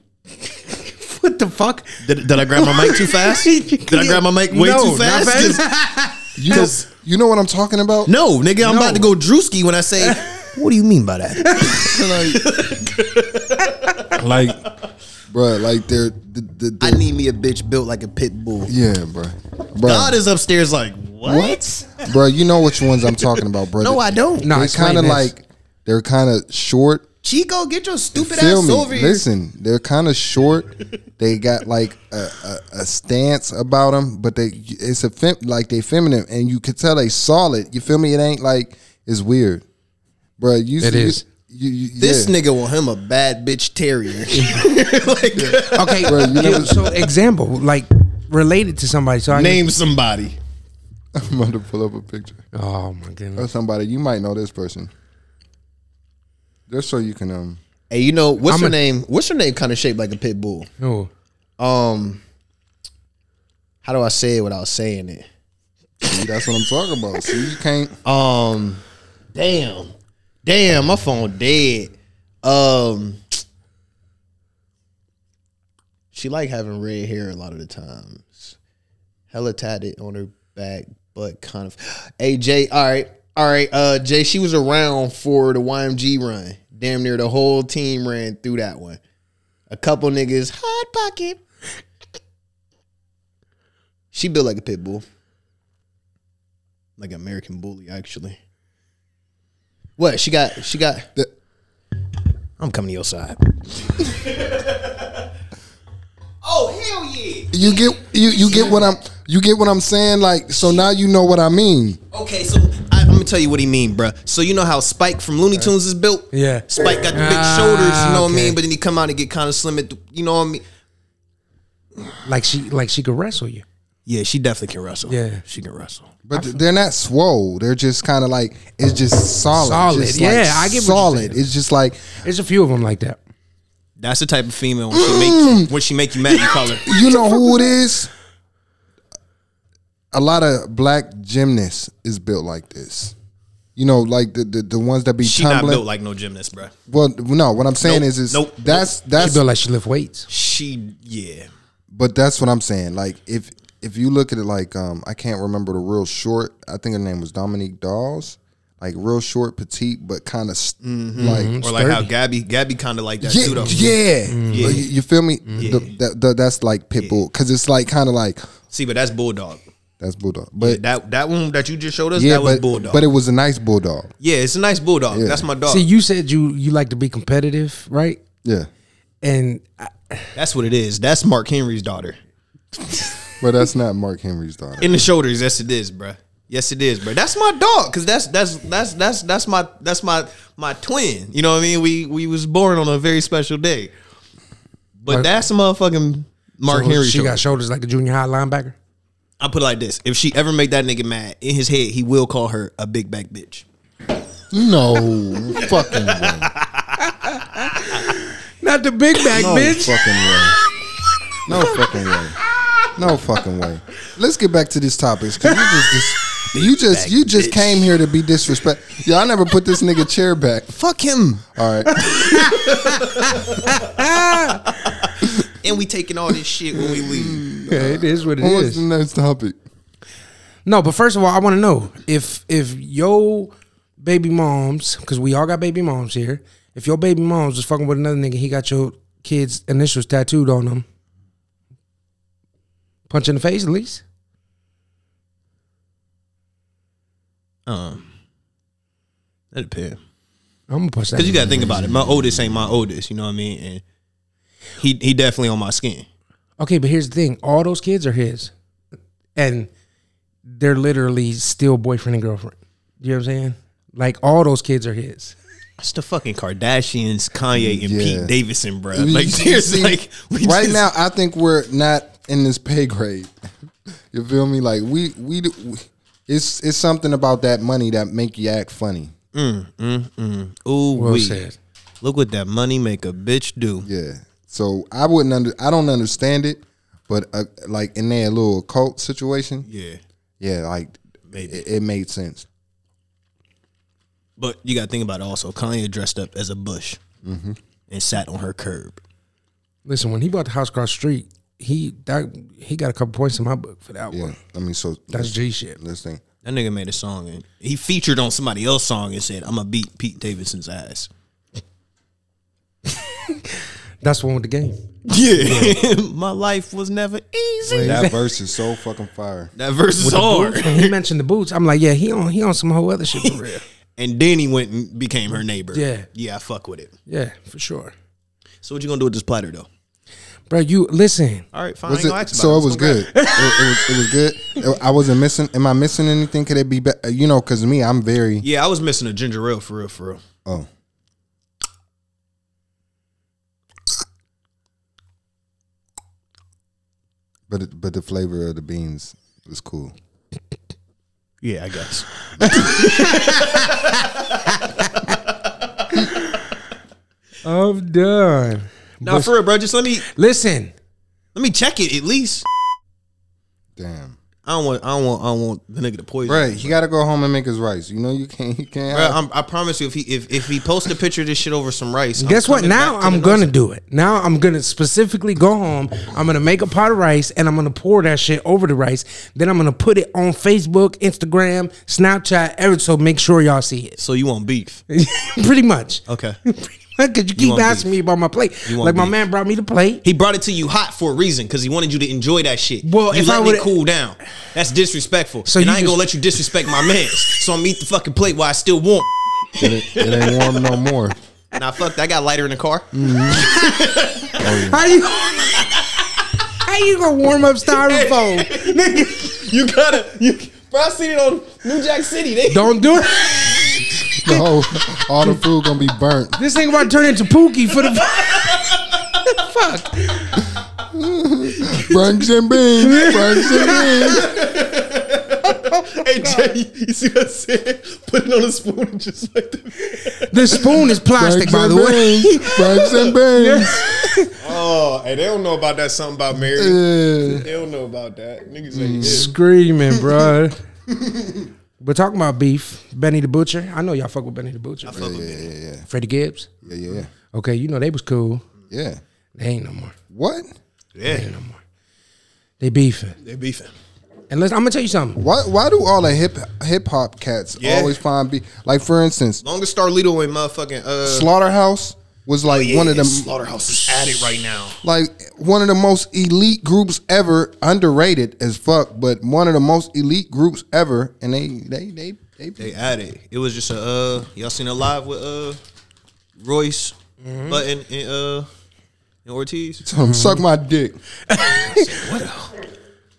C: What the fuck?
B: Did, did I grab my
C: [laughs]
B: mic too fast? Did I grab my mic way
C: No,
B: too
C: not
B: fast?
C: fast.
B: 'Cause-
A: you know, you know what I'm talking about?
B: [laughs] no, nigga, I'm about to go Drewski when
C: [laughs]
B: I say. What do you mean by that?
C: [laughs]
D: Like,
A: bro. Like they're the, the, the
B: I need me a bitch built like a pit bull.
A: yeah, bro.
B: God is upstairs, like what?
A: bro. You know which ones I'm talking about, bro.
B: No, I don't.
C: No,
A: They're
C: explain
A: kind of
C: this.
A: like they're kind of short.
B: Chico, get your stupid
A: Feel
B: ass
A: me?
B: over here.
A: Listen, they're kind of short. they got like a, a, a stance about them, but they it's a fem, like they feminine, and you could tell they solid. You feel me? It ain't like it's weird, bro. You
C: It
A: you,
C: is.
A: You, you,
B: This
A: yeah.
B: nigga want him a bad bitch [laughs] terrier. like,
C: Okay,
A: Bro, you never-
C: so example like related to somebody. So I
B: [laughs] name somebody.
A: [laughs] I'm about to pull up a picture
C: Oh my
A: of
C: goodness.
A: somebody. You might know this person, just so you can um.
B: Hey, you know what's
C: I'm
B: her
C: a-
B: name? What's her name? Kind of shaped like a pit bull.
C: No.
B: Um, how do I say it without saying it?
A: See, that's what I'm talking about. See, you can't.
B: Um, damn, damn, my phone dead. Um, she like having red hair a lot of the times. Hella tatted on her back, but kind of. [gasps] Hey Jay, all right, all right, uh, Jay, she was around for the YMG run. Damn near the whole team ran through that one. A couple niggas hot pocket. She built like a pit bull like American Bully, actually. What she got? She got.
A: The-
B: I'm coming to
C: [laughs]
B: your side.
C: Oh,
A: You get you you get what I'm you get what I'm saying. Like so now you know what I mean.
B: Okay, so I, I'm gonna tell you what he mean, bruh. So you know how Spike from Looney Tunes is built?
C: Yeah.
B: Spike got the big
C: Ah,
B: shoulders, you know what I
C: okay.
B: mean? But then he come out and get kind of slim. At the, you know what I mean?
C: Like she like she could wrestle you.
B: Yeah, she definitely can wrestle.
C: Yeah.
B: she can wrestle.
A: But they're not swole. They're just kind of like it's just solid.
C: Solid.
A: Just like
C: Yeah, I get what you're
A: solid.
C: saying.
A: It's just like
C: There's a few of them like that.
B: That's the type of female when
C: Mm.
B: she make when she make you mad, you call her.
A: you know who it is. A lot of black gymnasts is built like this. You know, like the the, the ones that be
B: She not
A: tumbling.
B: built like no gymnast, bruh.
A: well, no. What I'm saying
B: Nope,
A: is, is
B: nope,
A: that's
C: She
A: that's
C: feel like she lift weights.
B: She yeah.
A: But that's what I'm saying. Like if if you look at it like um I can't remember the real short. I think her name was Dominique Dawes. Like real short, petite, but kind of like
B: Or like how Gabby Gabby kind of like that
A: yeah,
B: too Mm-hmm. though. Mm-hmm.
A: yeah. You, you feel me? The- the- the- that's like Pitbull because it's like kind of like
B: See, but that's bulldog.
A: That's bulldog. But
B: That that one that you just showed us,
A: yeah,
B: that was
A: but,
B: bulldog.
A: but it was a nice bulldog.
B: yeah, it's a nice bulldog.
A: Yeah.
B: That's my dog.
C: See, you said you you like to be competitive, right?
A: Yeah,
C: And I,
B: that's what it is. That's Mark Henry's daughter.
A: but that's not Mark Henry's daughter.
B: In the shoulders, yes it is, bruh. Yes it is, bruh. That's my dog, cause that's that's that's that's that's my that's my my twin. You know what I mean? We we was born on a very special day. But that's a motherfucking Mark Henry.
C: she
B: shoulder.
C: got shoulders like a junior high linebacker.
B: I put it like this: If she ever make that nigga mad in his head, he will call her a big back bitch.
A: No
B: [laughs]
A: fucking way.
C: Not the big back,
A: No
C: bitch.
A: fucking way. No fucking way. No fucking way. Let's get back to these topics because you just, dis- you just you just came here to be disrespectful. Yeah, I never put this nigga chair back.
B: Fuck him.
A: All right.
B: And we taking all this shit when
A: Mm.
B: we leave.
C: Yeah, it is what it
A: What was
C: is.
A: the next topic?
C: No, but first of all, I want to know if if yo baby moms, because we all got baby moms here. If your baby moms was fucking with another nigga, he got your kid's initials tattooed on him. Punch in the face, at least.
B: That depends.
C: I'm gonna punch that.
B: Cause you
C: nigga.
B: gotta think about it. My oldest ain't my oldest. You know what I mean? And he he definitely on my skin.
C: okay, but here's the thing: all those kids are his, and they're literally still boyfriend and girlfriend. You know what I'm saying? Like all those kids are his.
B: That's the fucking Kardashians, Kanye, and
A: Yeah.
B: Pete Davidson, bro. Like there's
A: See,
B: like we
A: right
B: just-
A: now, I think we're not in this pay grade. You feel me? Like we we, do- we it's it's something about that money that make you act funny.
B: Ooh,
C: Well
B: wee.
C: said.
B: Look what that money make a bitch do.
A: Yeah. So I wouldn't under I don't understand it, but uh, like in that little cult situation,
B: Yeah.
A: yeah, like
B: Maybe.
A: it, it made sense. [clears throat]
B: But you gotta think about it also. Kanye dressed up as a bush
A: Mm-hmm.
B: and sat on her curb.
C: Listen, when he bought the house across the street, he that he got a couple points in my book for that
A: Yeah.
C: one.
A: I mean, so
C: That's G shit.
A: This thing.
B: That nigga made a song and he featured on somebody else's song and said, I'm gonna beat Pete Davidson's ass.
C: That's the one with the game.
B: Yeah. [laughs] My life was never easy.
A: That verse is so fucking fire.
B: That verse is hard.
C: And he mentioned the boots. I'm like, yeah, he on he on some whole other shit
B: [laughs]
C: for real.
B: And then he went and became her neighbor.
C: Yeah.
B: Yeah, I fuck with it.
C: Yeah, for sure,
B: So what you gonna do with this platter though?
C: bro. You listen.
B: All right, fine.
A: Was it, so it was good. It, it was it was good. I wasn't missing. Am I missing anything? Could it be? be- You know, because me, I'm very.
B: Yeah, I was missing a ginger ale for real, for real.
A: Oh, but it, but the flavor of the beans was cool.
B: Yeah, I guess.
C: I'm done.
B: Nah, for real, bro. Just let me
C: Listen,
B: let me check it at least.
A: Damn.
B: I don't want I don't want I don't want the nigga to poison.
A: Right, he got to go home and make his rice. You know, you can't. You can't.
B: Bro,
A: have-
B: I'm, I promise you, if he if, if he posts a picture of this shit over some rice, I'm
C: guess what?
B: coming
C: Now
B: back to the
C: I'm gonna
B: recipe.
C: do it. Now I'm gonna specifically go home. I'm gonna make a pot of rice and I'm gonna pour that shit over the rice. Then I'm gonna put it on Facebook, Instagram, Snapchat, every so make sure y'all see [laughs] it.
B: So you want beef?
C: Pretty much.
B: Okay.
C: [laughs] Because you keep
B: want
C: asking
B: beef.
C: me about my plate.
B: want
C: Like my
B: beef.
C: man brought me the plate.
B: He brought it to you hot for a reason because he wanted you to enjoy that shit.
C: Well,
B: you
C: if I
B: let me
C: would've-
B: cool down. That's disrespectful.
C: So
B: and
C: you
B: I ain't gonna
C: just-
B: let you disrespect my man. So I'm gonna eat the fucking plate while I still warm.
A: it, ain't- it ain't warm no more.
B: Nah, fuck. that. I got lighter in the car.
C: Mm.
B: [laughs]
C: How you? [laughs] How you gonna warm up styrofoam? Nigga,
B: You gotta. You, bro, I seen it on New Jack City. They,
C: don't do it.
A: [laughs] The whole, Oh, all the food gonna be burnt.
C: This thing about to turn into Pookie for the. [laughs] Fuck.
A: Brunch and beans. Brunch and beans.
C: [laughs]
B: [laughs] hey, Jay, you, see what I said? Put it on a spoon and just like [laughs] that.
C: The spoon is plastic,
A: Brunch
C: by
A: and
C: the way. [laughs]
A: beans. Brunch and beans.
B: Oh, hey, they don't know about that. Something about Mary.
A: Yeah.
B: They don't know about that. Niggas ain't
C: Mm. Screaming, bro. [laughs] We're talking about beef. Benny the Butcher. I know y'all fuck with Benny the Butcher. bro. Freddie Gibbs.
A: Yeah, yeah,
C: Okay, you know they was cool.
A: yeah.
C: They ain't no more.
A: What?
B: Yeah,
C: They beefing.
B: they beefing.
C: And listen, I'm gonna tell you something.
A: Why? Why do all the hip hip hop cats
B: Yeah.
A: always find be like? For instance,
B: Longest Starlito in motherfucking uh,
A: Slaughterhouse. was
B: Oh,
A: like one of the
G: slaughterhouse is at it right now.
A: like one of the most elite groups ever, underrated as fuck, but one of the most elite groups ever, and they they they they,
B: They at it. It was just a uh y'all seen it live with uh Royce Button and uh and Ortiz.
A: told him, [laughs] suck my dick.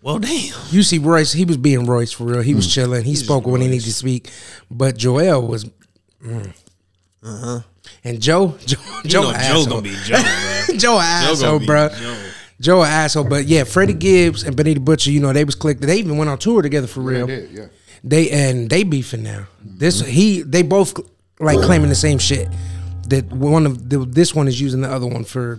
B: Well damn.
C: You see, Royce, he was being Royce for real. He
B: Mm.
C: was chilling. He spoke when he needed to speak, but Joel was. mm. And Joe, [laughs] Joe, [laughs] Joe,
B: Uh-huh. You know
C: a
B: Joe's
C: asshole.
B: gonna be [laughs] Joe, man.
C: Joe, a asshole,
B: be
C: bro.
B: Joe.
C: Joe, a asshole, but yeah, Freddie Gibbs and Benita Butcher, you know, they was clicked. They even went on tour together for real.
A: did, yeah.
C: They and they beefing now. This he they both like claiming the same shit. That one of the, this one is using the other one for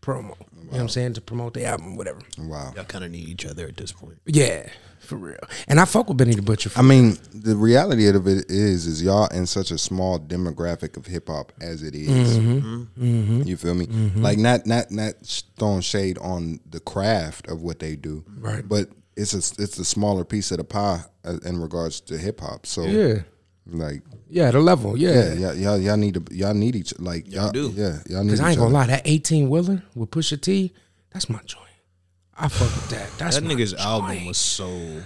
C: promo. You know what I'm saying to promote the album, whatever.
A: Wow.
B: Y'all kinda need each other at this point.
C: Yeah, for real. And I fuck with Benny the Butcher. For
A: I mean, the reality of it is, is y'all in such a small demographic of hip hop as it is.
C: Mm-hmm.
A: You feel me? Like not not not sh- throwing shade on the craft of what they do,
C: Right.
A: But it's a it's a smaller piece of the pie uh, in regards to hip hop. So
C: yeah,
A: like
C: yeah, the level.
A: yeah,
C: Yeah,
A: y'all, y'all y'all need to y'all need each like y'all,
B: do.
A: yeah y'all need each
C: because I ain't gonna
A: other.
C: lie, that 18 wheeler with Pusha T, that's my joint. I fuck with that. That's
B: That
C: my
B: nigga's
C: joint.
B: album was so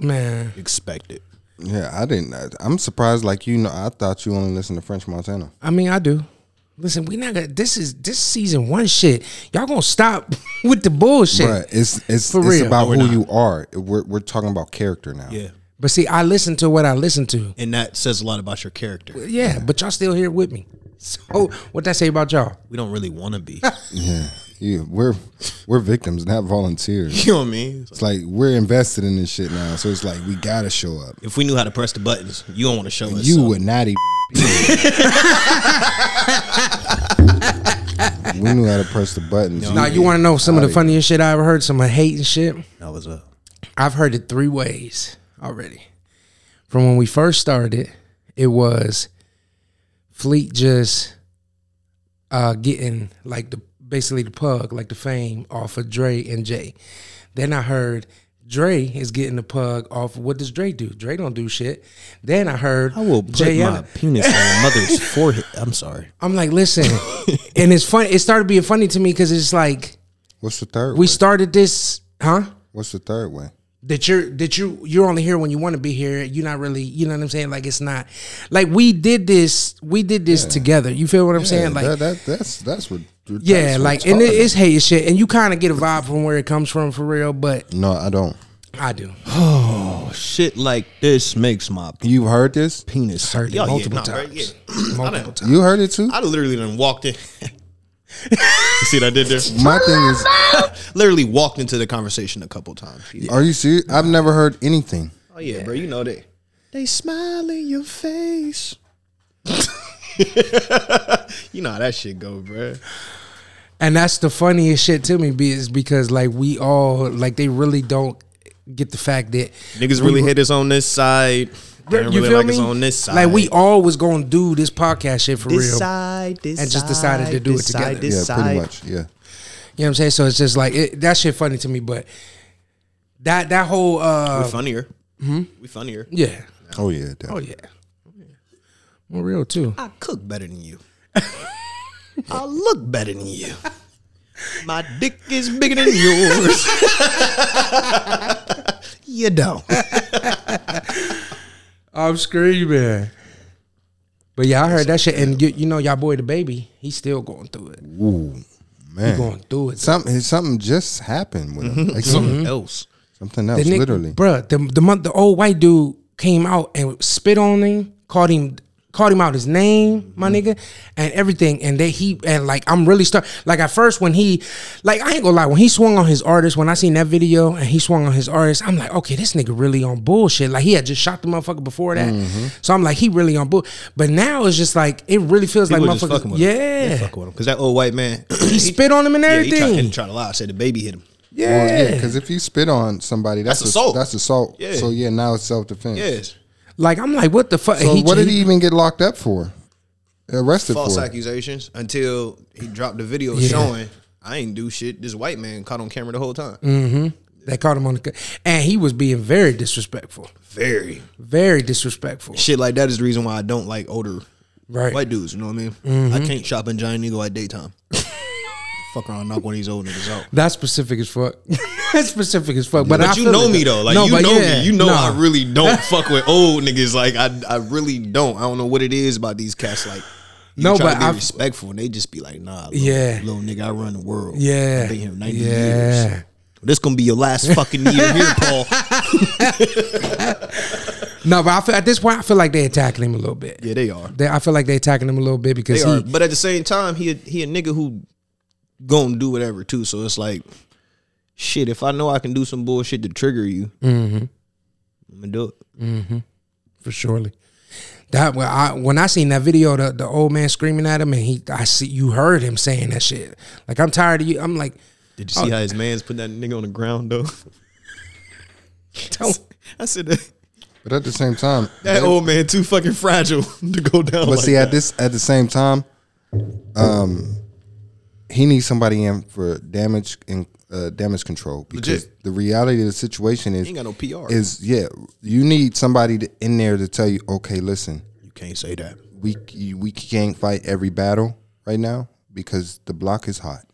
C: man.
B: expected.
A: Yeah, I didn't. I, I'm surprised. Like you know, I thought you only listened to French Montana.
C: I mean, I do. Listen, we not gonna. This is this season one shit. Y'all gonna stop [laughs] with the bullshit.
A: Bruh, it's it's
C: For
A: it's
C: real.
A: about
C: No,
A: who you are. We're we're talking about character now.
B: Yeah.
C: But see, I listen to what I listen to.
B: And that says a lot about your character.
C: Yeah, but y'all still here with me. So what that say about y'all?
B: We don't really wanna be.
A: Yeah, yeah, we're we're victims, not volunteers.
B: [laughs] you know what I mean? It's like,
A: It's like we're invested in this shit now, so it's like we gotta show up.
B: If we knew how to press the buttons, you don't want to show us.
A: You
B: something.
A: would not even. we knew how to press the buttons.
C: Now you want to know some of the funniest shit I ever heard? Some of the hate and shit.
B: That was uh, a
C: I've heard it three ways already. From when we first started, it was Fleet just uh, getting like the basically the pug, like the fame off of Dre and Jay. Then I heard Dre is getting the pug off. What does Dre do? Dre don't do shit. Then I heard
B: I will put
C: Jay
B: my penis on my [laughs] mother's forehead. I'm sorry.
C: I'm like,
B: [laughs]
C: listen, and it's fun. It started being funny to me because it's like
A: What's the third?
C: we
A: way?
C: started this, huh?
A: What's the third way?
C: that you're that you you're only here when you want to be here. You're not really, you know what I'm saying? Like it's not like we did this, we did this together. You feel what I'm
A: Yeah,
C: saying? Like
A: that, that, that's that's what.
C: yeah,
A: that's what
C: like
A: we're
C: and it,
A: talking
C: it's hate and shit, and you kind of get a vibe from where it comes from for real. But
A: about. No, I don't.
C: I do.
B: Shit like this makes my
A: You heard this?
B: penis
C: Heard
B: hurt.
C: it multiple
B: [clears throat]
C: times. Multiple times.
A: You heard it too.
B: I'd have literally done walked in. [laughs] you see what I did there?
A: My thing is,
B: Literally walked into the conversation a couple times. Yeah.
A: are you serious? I've never heard anything.
B: Oh yeah, bro. You know they they smile in your face. [laughs] you know how that shit go, bro.
C: And that's the funniest shit to me be is because like we all like they really don't get the fact that
B: Niggas really hit us on this side. They
C: you
B: don't really
C: feel
B: like
C: me?
B: us on this side.
C: Like we all was gonna do this podcast shit for
B: this
C: real.
B: side, this
C: And just decided to
B: side,
C: do it
B: this side,
C: together.
B: this
A: Yeah,
B: side.
A: pretty much. Yeah.
C: You know what I'm saying? So it's just like it, that shit funny to me, but that that whole
B: We
C: uh
B: funnier. We funnier.
C: yeah.
A: Oh yeah. definitely.
C: Oh yeah. More real too.
B: I cook better than you. I look better than you. My dick is bigger than [laughs] yours. you don't.
C: I'm screaming. But yeah, I heard that shit, and you, you know, y'all boy the baby, he's still going through it.
A: Man.
C: Going through it.
A: Something something just happened with
C: Mm-hmm.
A: him. Like something,
B: Else.
A: something else,
C: The nigga-
A: literally.
C: bruh, the the month the old white dude came out and spit on him, called him called him out his name, my nigga, and everything. And they he and like I'm really start like at first when he like I ain't gonna lie, when he swung on his artist, when I seen that video and he swung on his artist, I'm like, okay, this nigga really on bullshit. Like he had just shot the motherfucker before that. So I'm like, he really on bull. But now it's just like it really feels
B: People
C: like
B: just fucking
C: motherfucker.
B: with him. They
C: Yeah.
B: fucking with him. Because that old white man. [clears throat]
C: He spit on him and
B: yeah, he tried,
C: everything.
B: he tried to lie. Said the baby hit him.
A: Well, Oh, yeah,
C: yeah.
A: because if you spit on somebody, that's,
B: That's
A: ass-
B: assault.
A: That's assault.
B: Yeah.
A: So yeah, now it's self defense.
B: Yes.
C: Like I'm like, what the fuck?
A: So what did he even get locked up for? Arrested
B: False
A: for?
B: accusations until he dropped the video
C: Yeah.
B: showing I ain't do shit. This white man caught on camera the whole time.
C: Mm. They caught him on the cut. And he was being very disrespectful.
B: Very.
C: Very disrespectful.
B: Shit like that is the reason why I don't like older
C: Right. Mm-hmm.
B: White dudes, you know what I mean? I can't shop in Giant Eagle at daytime. [laughs] Fuck around, knock one of these old niggas out.
C: That's specific as fuck. [laughs] That's specific as fuck. But, I
B: But you
C: feel
B: know
C: it
B: me though, like you
C: but
B: know
C: yeah,
B: me. You know
C: nah.
B: I really
C: [laughs]
B: don't fuck with old niggas. Like I, I really don't. I don't know what it is about these cats. Like you
C: No,
B: try
C: but
B: to be
C: I've-
B: respectful, and they just be like, nah, little,
C: Yeah.
B: little nigga, I run the world.
C: Yeah.
B: I've been here ninety
C: Yeah.
B: years. This gonna be your last fucking year
C: [laughs]
B: here, Paul.
C: No, but I feel, at this point, I feel like they attacking him a little bit.
B: yeah, they are.
C: They, I feel like they attacking him a little bit because
B: They
C: he.
B: are. But at the same time, he a, he a nigga who gonna do whatever too. So it's like, shit. If I know I can do some bullshit to trigger you,
C: Mm-hmm.
B: I'm gonna do it.
C: for surely. That when I when I seen that video, the, the old man screaming at him, and he I see you heard him saying that shit. Like I'm tired of you. I'm like,
B: Did
C: Oh.
B: you see how his man's putting that nigga on the ground though?
C: [laughs] don't-
B: I said that,
A: But at the same time,
B: that old man too fucking fragile [laughs] to go down.
A: But
B: like
A: see,
B: that.
A: at this at the same time, um, he needs somebody in for damage and uh, damage control because
B: Legit.
A: the reality of the situation is
B: He ain't got no PR.
A: Is yeah, you need somebody to, in there to tell you, okay, listen,
B: you can't say that.
A: we we can't fight every battle right now because the block is hot.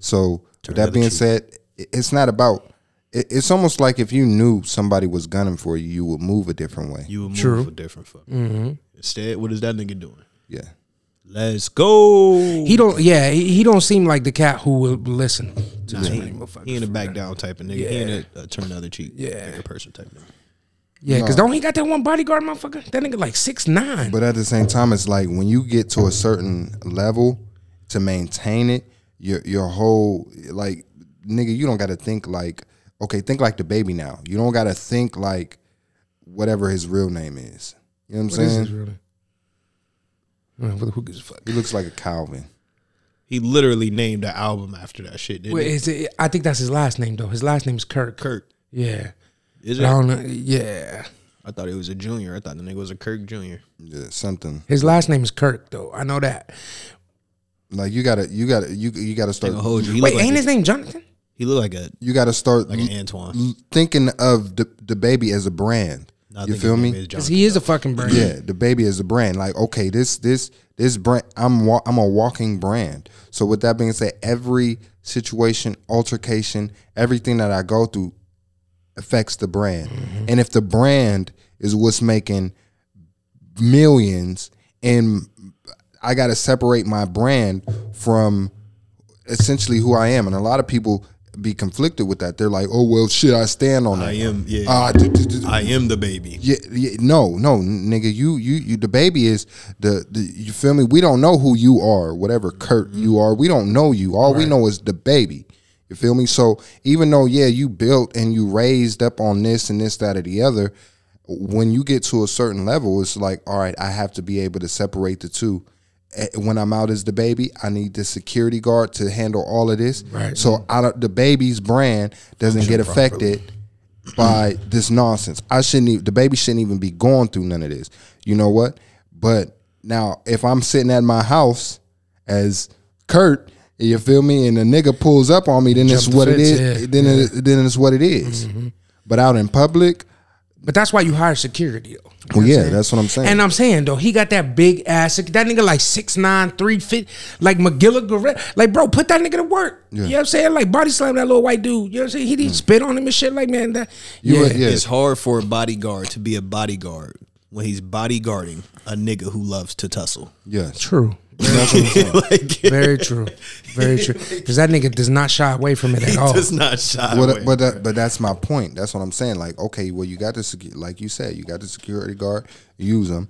A: So with that being said, it- it's not about. it- It's almost like if you knew somebody was gunning for you, you would move a different way.
B: You would move
C: True. Mm-hmm.
B: for different fuck. Instead, what is that nigga doing?
A: Yeah.
B: Let's go.
C: he don't. Yeah, he, he don't seem like the cat who will listen to
B: Nah,
C: this
B: he,
C: many
B: he
C: motherfuckers.
B: ain't a back down type of nigga. He ain't a, uh turn the other cheek
C: Yeah.
B: type of person type nigga.
C: Yeah, because don't he got that one bodyguard motherfucker? That nigga like six nine.
A: But at the same time, it's like when you get to a certain level to maintain it, your your whole like nigga, you don't gotta think like okay, think like the baby now. You don't gotta think like whatever his real name is. You know what I'm
C: This
A: saying?
C: is really. Uh, who who gives a fuck?
A: He looks like a Calvin.
B: He literally named the album after that shit. Didn't
C: Wait,
B: he?
C: is it, I think that's his last name though. His last name is Kirk.
B: Kirk.
C: Yeah.
B: Is
C: But
B: it?
C: I don't know. Yeah.
B: I thought it was a junior. I thought the nigga was a Kirk Junior.
A: Yeah, something
C: His last name is Kirk though. I know that.
A: like you gotta you gotta you you gotta start
B: Hold you. He
C: Wait,
B: looked
C: ain't
B: like
C: his name Jonathan?
B: a, he looked like a
A: you gotta start
B: like an Antoine.
A: l- thinking of the the baby as a brand.
B: I
A: you
B: think
A: feel
B: his
A: me?
B: name is Jonathan.
C: Because he is a fucking brain.
A: Yeah, the baby is a brand. Like, okay, this this this brand. I'm wa- I'm a walking brand. So with that being said, every situation, altercation, everything that I go through affects the brand. And if the brand is what's making millions, and I got to separate my brand from essentially who I am, and a lot of people be conflicted with that. They're like, oh well, shit, I stand on that.
B: I am, yeah.
C: Uh,
A: Ah, d- d- d-
B: I am the baby.
A: yeah, yeah, no, no, n- nigga, you, you, you. The baby is the, the. You feel me? We don't know who you are, whatever Kurt you are. We don't know you. All we know is the baby. You feel me? So even though yeah, you built and you raised up on this and this that or the other, when you get to a certain level, it's like all right, I have to be able to separate the two. Eh, When I'm out as the baby, I need the security guard to handle all of this. Right. So I don't, the baby's brand doesn't get affected by this nonsense. I shouldn't even, the baby shouldn't even be going through none of this. You know what? But now if I'm sitting at my house as Kurt, you feel me, and a nigga pulls up on me, then it's
C: Jump the
A: what it
C: fence,
A: is.
C: yeah. Mm-hmm.
A: Then it, then it's what it is. But out in public,
C: But that's why you hire security. Though.
A: well, yeah, that's what I'm saying.
C: And uh, I'm saying though, he got that big ass. That nigga like 6'9", 350, like McGilligrett. Like, bro, put that nigga to work. You know what I'm saying? Like body slam that little white dude. You know what I'm saying? He didn't spit on him and shit. Like, man, that
A: Mm. You
C: yeah.
A: would- yeah.
B: It's hard for a bodyguard to be a bodyguard when he's bodyguarding a nigga who loves to tussle.
A: yes,
C: [laughs] True.
B: [laughs] like
C: Very true. Very
B: [laughs]
C: true. Because that nigga does not shy away from it at
B: he
C: all.
B: does not shy
A: but
B: away.
A: but that, but that's my point. That's what I'm saying. Like okay, well you got the secu- like you said, you got the security guard. Use them.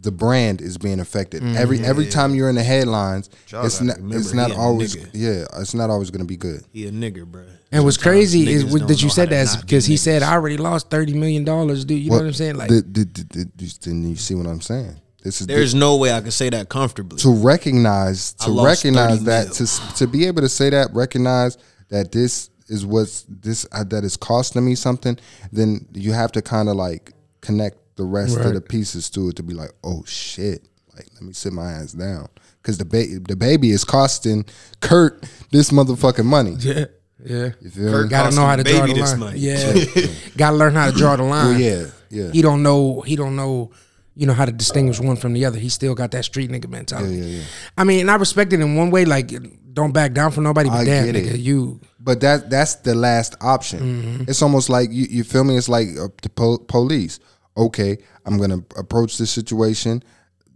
A: The brand is being affected
C: Mm-hmm.
A: every every time you're in the headlines. It's
B: gotta
A: not
B: remember,
A: it's
B: he
A: not
B: a
A: always
B: nigga.
A: yeah. It's not always going to be good.
B: he a nigga, bro.
C: And what's crazy is
B: what
C: that you said that because he said I already lost thirty million dollars, dude. You know
A: Well,
C: what I'm saying? Like,
A: the- the- the- the- you- then you see what I'm saying. This is
B: there's no way I could say that comfortably.
A: to recognize
B: I
A: to
B: lost
A: recognize
B: 30
A: that
B: mil.
A: to s- to be able to say that recognize that this is what's this uh, that is costing me something. Then you have to kind of like connect the rest of the pieces to it to be like, oh shit, like let me sit my ass down because the ba- the baby is costing Kurt this motherfucking money.
C: yeah, [laughs] yeah.
A: You feel me?
C: Gotta
B: cost
C: know
B: the
C: how to draw
B: baby
C: the
B: this
C: line. [laughs]
B: money.
C: Yeah, gotta learn how to draw the line.
A: yeah, yeah.
C: he don't know he don't know you know how to distinguish one from the other. He still got that street nigga mentality. I mean, and I respect it in one way, like don't back down for nobody. But
A: I
C: damn,
A: get it.
C: nigga, you [laughs]
A: But that that's the last option. It's almost like you, you feel me. It's like uh, the po- police. Okay, I'm gonna approach this situation.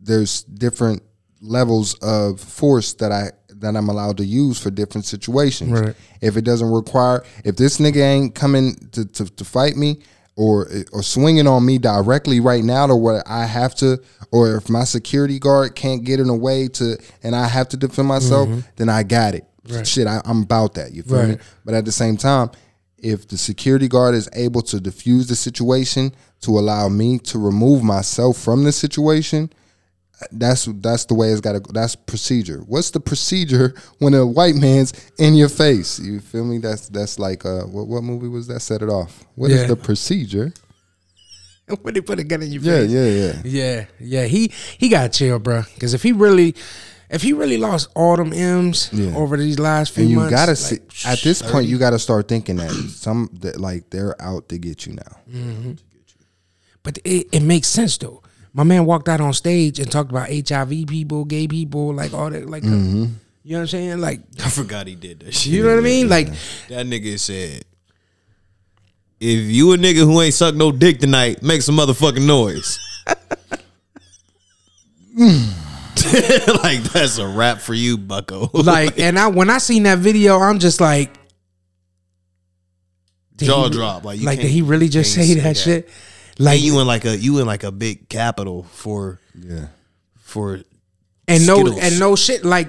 A: There's different levels of force that I that I'm allowed to use for different situations.
C: Right.
A: If it doesn't require, if this nigga ain't coming to, to, to fight me or or swinging on me directly right now to where I have to, or if my security guard can't get in the way to, and I have to defend myself, then I got it. Shit, I, I'm about that. You feel me?
C: Mm-hmm. Right.
A: But at the same time, if the security guard is able to diffuse the situation to allow me to remove myself from the situation, that's that's the way it's got to. go. That's procedure. What's the procedure [laughs] when a white man's in your face? You feel me? That's that's like uh, what what movie was that? Set it off. What is
C: Yeah.
A: the procedure?
C: when they put a gun in your
A: Yeah,
C: face.
A: yeah, yeah.
C: Yeah, yeah, he he got chill, bro. Because if he really, if he really lost all them M's
A: Yeah.
C: over these last few
A: And you
C: months,
A: gotta
C: like,
A: see, at this point, you gotta start thinking that some that like they're out to get you now.
B: Mm.
C: but it, it makes sense though. My man walked out on stage and talked about HIV people, gay people, like all that, like you know what I'm saying, like
B: I forgot he did that shit.
C: you know what I mean, like
B: [laughs] That nigga said, if you a nigga who ain't suck no dick tonight, make some motherfucking noise. [laughs] like that's a wrap for you, Bucko.
C: like. And I when I seen that video, I'm just like, did
B: [laughs] jaw
C: he-
B: drop. Like you
C: Like
B: can't-
C: did he really just
B: can't
C: say that, shit? Like
B: And you in like a you in like a big capital for
A: Yeah,
B: for
C: and no
B: Skittles.
C: and no shit like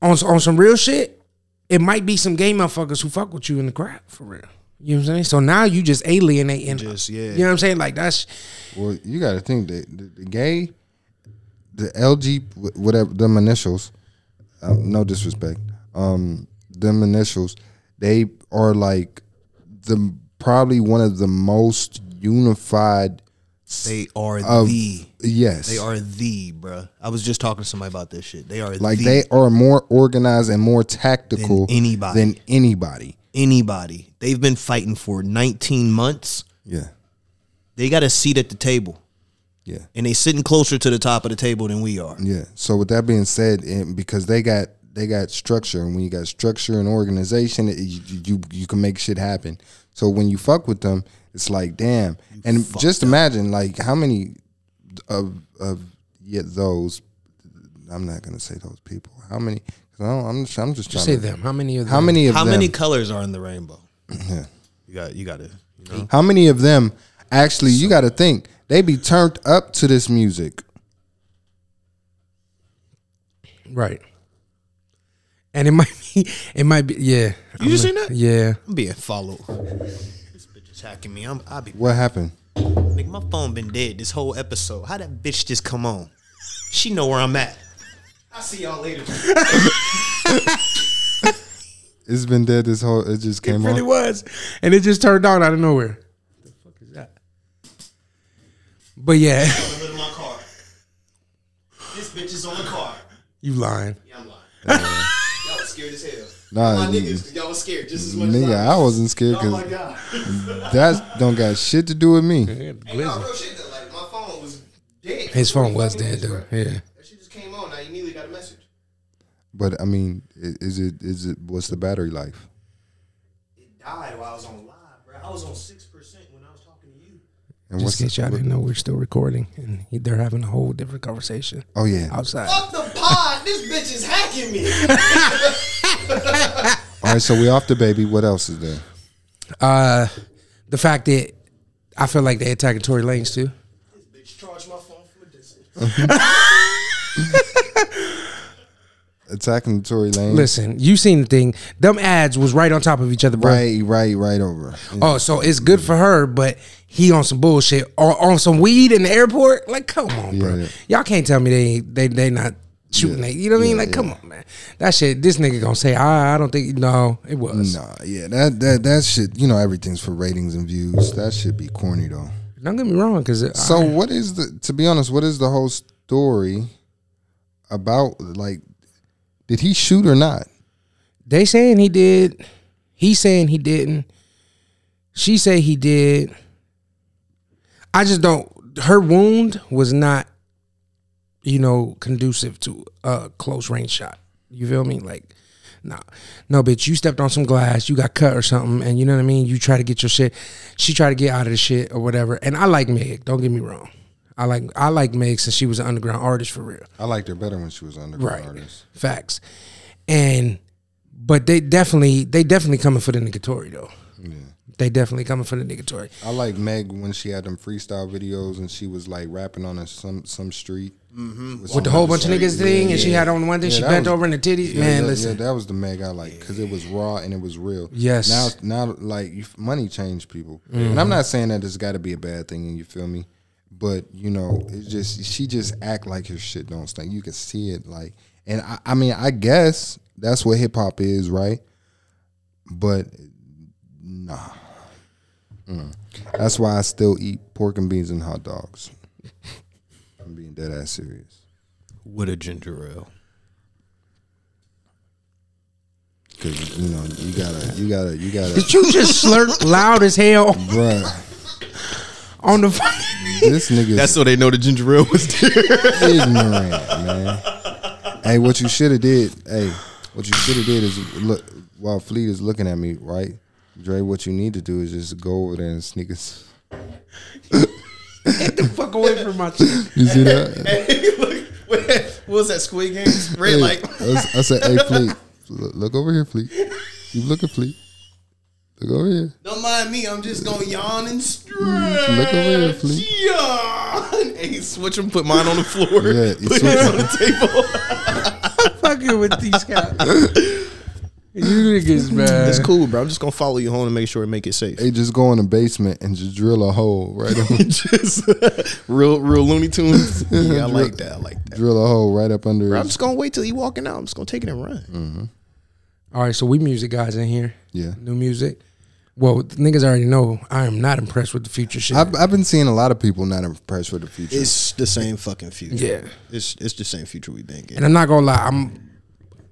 C: on on some real shit. It might be some gay motherfuckers who fuck with you in the crowd for real. You know what I'm saying? So now you just alienating.
B: Just, yeah.
C: You know what I'm saying? Like that's
A: Well, you got to think that the, the gay, the LG, wh- whatever them initials, uh, no disrespect, um, them initials, they are like the probably one of the most unified.
B: they are
C: Um,
B: the
A: Yes,
B: they are the bruh. I was just talking to somebody about this shit. They are
A: like
B: the
A: they are more organized and more tactical
B: Than anybody.
A: Than anybody.
B: anybody. They've been fighting for 19 months.
A: Yeah,
B: They got a seat at the table.
A: yeah.
B: and they sitting closer to the top of the table than we are.
A: Yeah. So with that being said, and because they got they got structure, and when you got structure and organization, it, you, you you can make shit happen. So when you fuck with them, it's like damn. and just imagine like how many of of yeah, those. I'm not gonna say those people. How many? Cause I don't, I'm just, I'm just trying
C: say
A: to,
C: them. How many of them?
A: How many of
B: How
A: them?
B: many colors are in the rainbow? You got you got to you know.
A: How many of them actually? You got to think they be turned up to this music.
C: Right. And it [laughs] might be. It might be. Yeah.
B: You just seen that?
C: Yeah.
B: I'm being followed. This bitch is hacking me. I'm I be
A: What happened?
B: nigga, my phone been dead this whole episode. How that bitch just come on? She know where I'm at. I see y'all later.
A: It's been dead this whole. It just
C: It
A: came
C: really
A: on.
C: was, and it just turned on out of nowhere. But yeah, [laughs]
B: in my car. This bitch is on the car.
C: you lying.
B: Yeah, I'm lying. y'all was scared as hell.
A: Nah,
B: my
A: you-
B: niggas, y'all was scared just as much as
A: Nigga,
B: I.
A: I wasn't scared
B: Oh
A: because
B: my god.
A: That don't got shit to do with me.
B: Ain't no real shit though. Like my phone was dead.
C: His phone was dead though. Yeah.
B: That shit just came on. I immediately got a message.
A: But I mean, i- is it is it what's the battery life?
B: It died while I was on live, bro. I was on six percent when I was talking to you.
A: And
C: Just in
A: what's
C: case y'all didn't know, we're still recording, and he- they're having a whole different conversation
A: oh yeah?
C: outside.
B: Fuck the pod. this bitch is hacking me.
A: All right, so we off the baby. What else is there?
C: Uh, the fact that I feel like they attacking Tory Lanez
A: Mm.
C: too.
B: this bitch charged my phone from a distance.
A: Attacking Tory Lane.
C: Listen, you seen the thing? Them ads was right on top of each other, bro.
A: Right, right, right over.
C: Oh, so it's good for her, but he on some bullshit or on some weed in the airport. Like, come on, bro.
A: Yeah, yeah.
C: Y'all can't tell me they ain't- they they not shooting. They, you know what I mean? Like, come on, man. That shit. This nigga gonna say, "Ah, I, I don't think. No, it was.
A: Nah, yeah, that that that shit. You know, everything's for ratings and views. That should be corny though.
C: Don't get me wrong, because
A: So what is the? To be honest, what is the whole story about? Like, did he shoot or not?
C: they saying he did. He saying he didn't. She say he did. I just don't. her wound was not, you know, conducive to a close range shot. You feel me? Like, nah, no, bitch. You stepped on some glass. You got cut or something, and you know what I mean. You try to get your shit. She tried to get out of the shit or whatever. And I like Meg. Don't get me wrong. I like I like Meg since she was an underground artist for real.
A: I liked her better when she was underground
C: Right.
A: artist.
C: Facts. And but they definitely they definitely coming for the negatory though. They definitely coming for the negatory.
A: I like Meg when she had them freestyle videos and she was like rapping on a, some some street mm-hmm.
C: With the whole bunch of niggas thing, and she had on one thing, she bent over in the titties. Man, listen.
A: that was the Meg I like because it was raw and it was real.
C: Yes. Mm-hmm.
A: Now, now, like you- money changed people, and I'm not saying that it's got to be a bad thing, and you feel me, but you know, it's just she just act like her shit don't stink. You can see it, like, and I, I mean, I guess that's what hip hop is, right? But nah, Mm. that's why I still eat pork and beans and hot dogs. I'm being dead ass serious.
B: with a ginger ale.
A: Cause you know you gotta you gotta you gotta
C: Did you just slurp loud as hell
A: bruh.
C: on the phone?
B: [laughs]
A: This nigga
B: That's so they know the ginger ale was there.
A: ignorant, man. Hey, what you should have did, hey, what you should have did is look while Fleet is looking at me, right? Dre, what you need to do is just go over there and sneak us.
C: Fuck away from my shit.
A: [laughs] You see
C: [laughs]
A: that?
B: [laughs] what was that Squid Games? Red
A: Hey, I, was- I said, hey, Fleet, look, look over here, Fleet. Keep looking, Fleet. Look over here.
B: Don't mind me. I'm just gonna yawn and stretch.
A: Look over here, Fleet.
B: Yawn. Hey, switch them. Put mine on the floor.
A: Yeah, you
B: [laughs] put
A: switch
B: his
A: 'em. [laughs]
B: on the table.
C: Fucking with these guys. You niggas, man.
B: It's cool, bro. I'm just gonna follow you home and make sure and make it safe.
A: Hey, just go in the basement and just drill a hole right up, [laughs]
B: [laughs] just real, real Looney Tunes. [laughs] Yeah, I like that. I like that.
A: drill a hole right up under.
B: Bro, I'm
A: his-
B: just gonna wait till he walking out. I'm just gonna take it and run.
C: All right, so we music guys in here.
A: Yeah.
C: New music. Well, the niggas already know I am not impressed with the future shit.
A: I've, I've been seeing a lot of people not impressed with the future.
B: It's the same fucking future.
C: Yeah.
B: it's it's the same future we've been [laughs] getting.
C: and I'm not gonna lie, I'm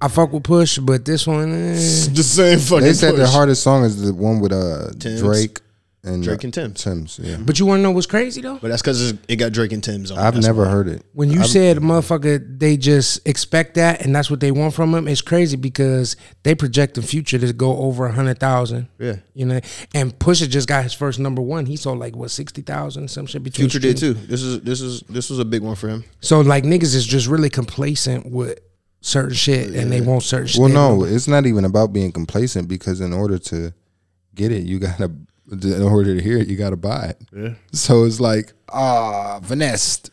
C: I fuck with Push, but this one, eh.
B: the same fucking.
A: They said the hardest song is the one with uh
B: Tim's.
A: Drake and
B: Drake and Tim.
A: Tim's, yeah.
C: But you want to know what's crazy though?
B: but that's because it got Drake and Tim's on. it.
A: I've
B: That's
A: never
B: why.
A: heard it.
C: When you said motherfucker, they just expect that, and that's what they want from them. It's crazy because they projecting future to go over a hundred thousand.
B: Yeah.
C: you know, and Pusha just got his first number one. He sold like what sixty thousand, some shit. Between
B: Future did
C: streams.
B: too. This is this is this was a big one for him.
C: So like niggas is just really complacent with certain shit, and they want certain. shit.
A: Well,
C: They
A: no,
C: want-
A: it's not even about being complacent because in order to get it, you gotta in order to hear it, you gotta buy it. Yeah. So it's like ah finessed.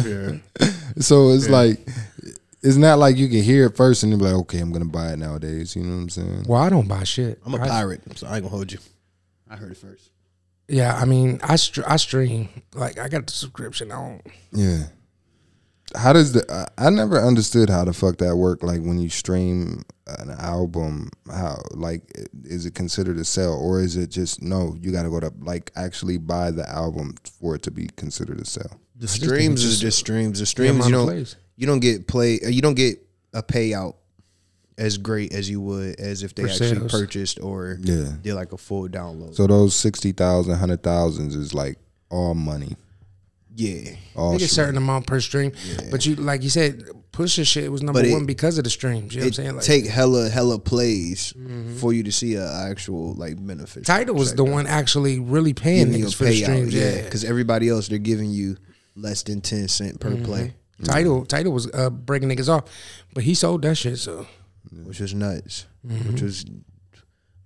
A: [laughs] so it's like it's not like you can hear it first and you're like, okay, I'm gonna buy it nowadays. You know what I'm saying?
C: Well, I don't buy shit.
B: I'm a
C: I-
B: pirate, so I ain't gonna hold you.
G: I heard it first.
C: Yeah, I mean, I str- I stream like I got the subscription. I don't.
A: Yeah. How does the I, I never understood how the fuck that worked. Like when you stream an album, how like is it considered a sell or is it just no? You got to go to like actually buy the album for it to be considered a sell.
B: The streams is just streams. The streams
C: amount
B: you
C: of
B: don't
C: plays.
B: you don't get play uh, you don't get a payout as great as you would as if they
C: For
B: actually
C: sales.
B: purchased or
A: Yeah.
B: did like a full download.
A: So those sixty thousand, hundred thousands is like all money.
B: yeah,
A: All
C: They get a
A: stream.
C: certain amount per stream, but you like you said, Pusha shit was number
B: But it-
C: one because of the streams. You know what I'm
B: it
C: saying? Like, Mm-hmm.
B: take hella hella plays for you to see a actual like benefit.
C: Title was the one actually really paying
B: giving you a
C: niggas for the
B: payout,
C: streams. Yeah,
B: yeah, because everybody else they're giving you less than ten cent
C: Mm-hmm.
B: per play,
C: Title Title was uh, breaking niggas off, but he sold that shit. So
B: which was nuts, which was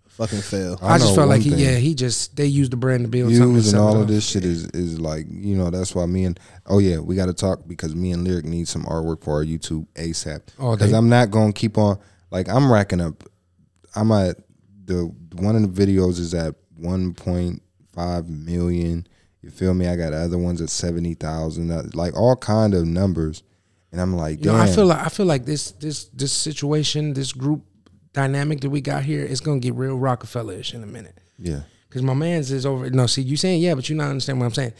B: fucking fail.
C: Mm-hmm. I, just
A: know one
C: felt like he,
A: thing.
C: yeah, he just they used the brand to build something.
A: views and
C: sell it
A: all
C: off.
A: of this shit is is like you know that's why me and oh yeah we got to talk because me and lyric need some artwork for our YouTube ASAP
C: All
A: because
C: day.
A: I'm not gonna keep on like I'm racking up I'm at the one of the videos is at 1.5 million you feel me I got other ones at 70,000 uh, like all kind of numbers and I'm like
C: You know,
A: damn
C: I feel like I feel like this this this situation, this group dynamic that we got here, it's gonna get real Rockefeller-ish in a minute.
A: yeah
C: Cause my man's is over. No, see, you saying yeah, but you not understand what I'm saying.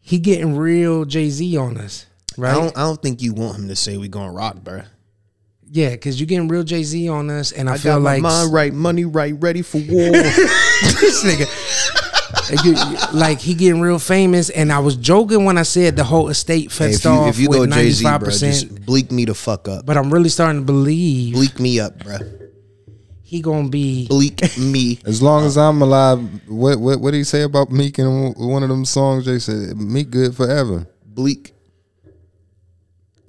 C: He getting real Jay Z on us,
B: I
C: right?
B: don't I don't think you want him to say we gonna rock, bruh.
C: yeah, cause you getting real Jay Z on us, and I,
B: I
C: feel
B: got
C: like
B: [laughs] my mind right, money right, ready for war.
C: this nigga. Like, you- you- like he getting real famous, and I was joking when I said the whole estate
B: Hey,
C: fenced off with ninety five
B: bro,
C: percent.
B: just bleak me the fuck up.
C: But I'm really starting to believe
B: Bleak me up, bro.
C: he gonna be.
B: Bleak me.
A: As long as I'm alive, what what what did he say about Meek in one of them songs? They said Meek good forever.
B: Bleak.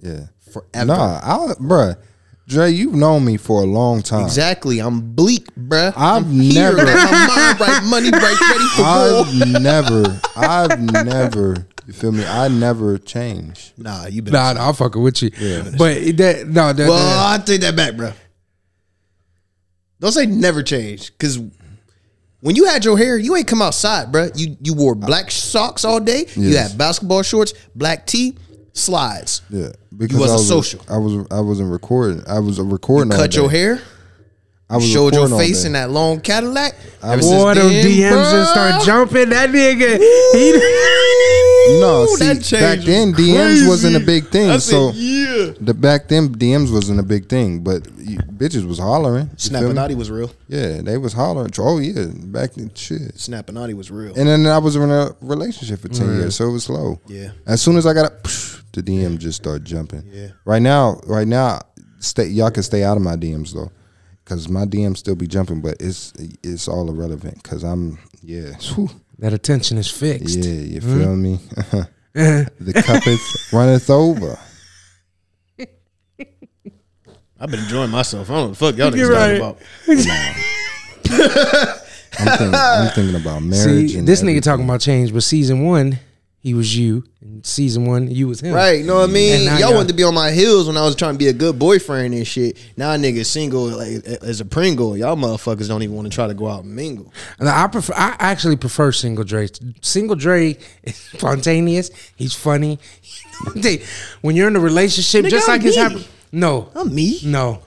A: Yeah,
B: Forever.
A: Nah, I, bruh, Dre, you've known me for a long time.
B: Exactly. I'm bleak, bruh.
A: I've
B: I'm here,
A: never-
B: got my mind right, money right, ready
C: [laughs]
B: for war.
A: I've
B: [laughs]
A: never, I've never, you feel me? I never change.
B: Nah, you been.
C: Nah, nah, I'm fucking with you. But that no, that,
B: Well, I take that back, bro. Don't say never change, because when you had your hair, you ain't come outside, bro. You you wore black socks all day. You
A: Yes.
B: had basketball shorts, black tee, slides.
A: Yeah,
B: You wasn't
A: I was
B: social.
A: I was, I wasn't recording. I was recording. all
B: Cut
A: day.
B: your hair.
A: I was
B: showed your
A: recording all
B: face
A: day.
B: in that long Cadillac. Ever
A: was-
B: since
C: boy, them
B: then,
C: DMs and start
B: bruh.
C: jumping. That nigga, he,
A: No,
B: Ooh,
A: see,
B: that
A: back
B: changed
A: then DMs
B: crazy.
A: wasn't a big thing.
B: I said,
A: so
B: yeah.
A: the back then DMs wasn't a big thing, but you, bitches was hollering. you feel me?
B: Snappinati was real.
A: Yeah, they was hollering. Oh yeah, back then shit.
B: Snappinati was real.
A: And then I was in a relationship for 10 years, so it was slow.
B: Yeah.
A: As soon as I got up, psh, the DM just started jumping.
B: Yeah.
A: Right now, right now, stay y'all can stay out of my DMs though. Cause my DMs still be jumping, but it's it's all irrelevant. Cause I'm yeah. Whew.
C: that attention is fixed.
A: Yeah, you feel me? [laughs] the cup
C: [laughs]
A: is runneth over.
B: I've been enjoying myself. I don't know what the fuck y'all niggas
C: right.
B: talking about.
A: I'm thinking, I'm thinking about marriage.
C: See,
A: and
C: this
A: everything.
C: nigga talking about change, but season one, he was you, and season one, you was him.
B: Right, you know what I mean?
C: And now
B: Y'all
C: y'all-
B: wanted to be on my heels when I was trying to be a good boyfriend and shit. Now a nigga single like as a Pringle. Y'all motherfuckers don't even want to try to go out and mingle.
C: And I prefer. I actually prefer Single Dre. Single Dre is [laughs] spontaneous. He's funny. [laughs] They- when you're in a relationship,
B: Nigga,
C: just
B: I'm
C: like it's
B: me.
C: happening. No,
B: I'm me.
C: no.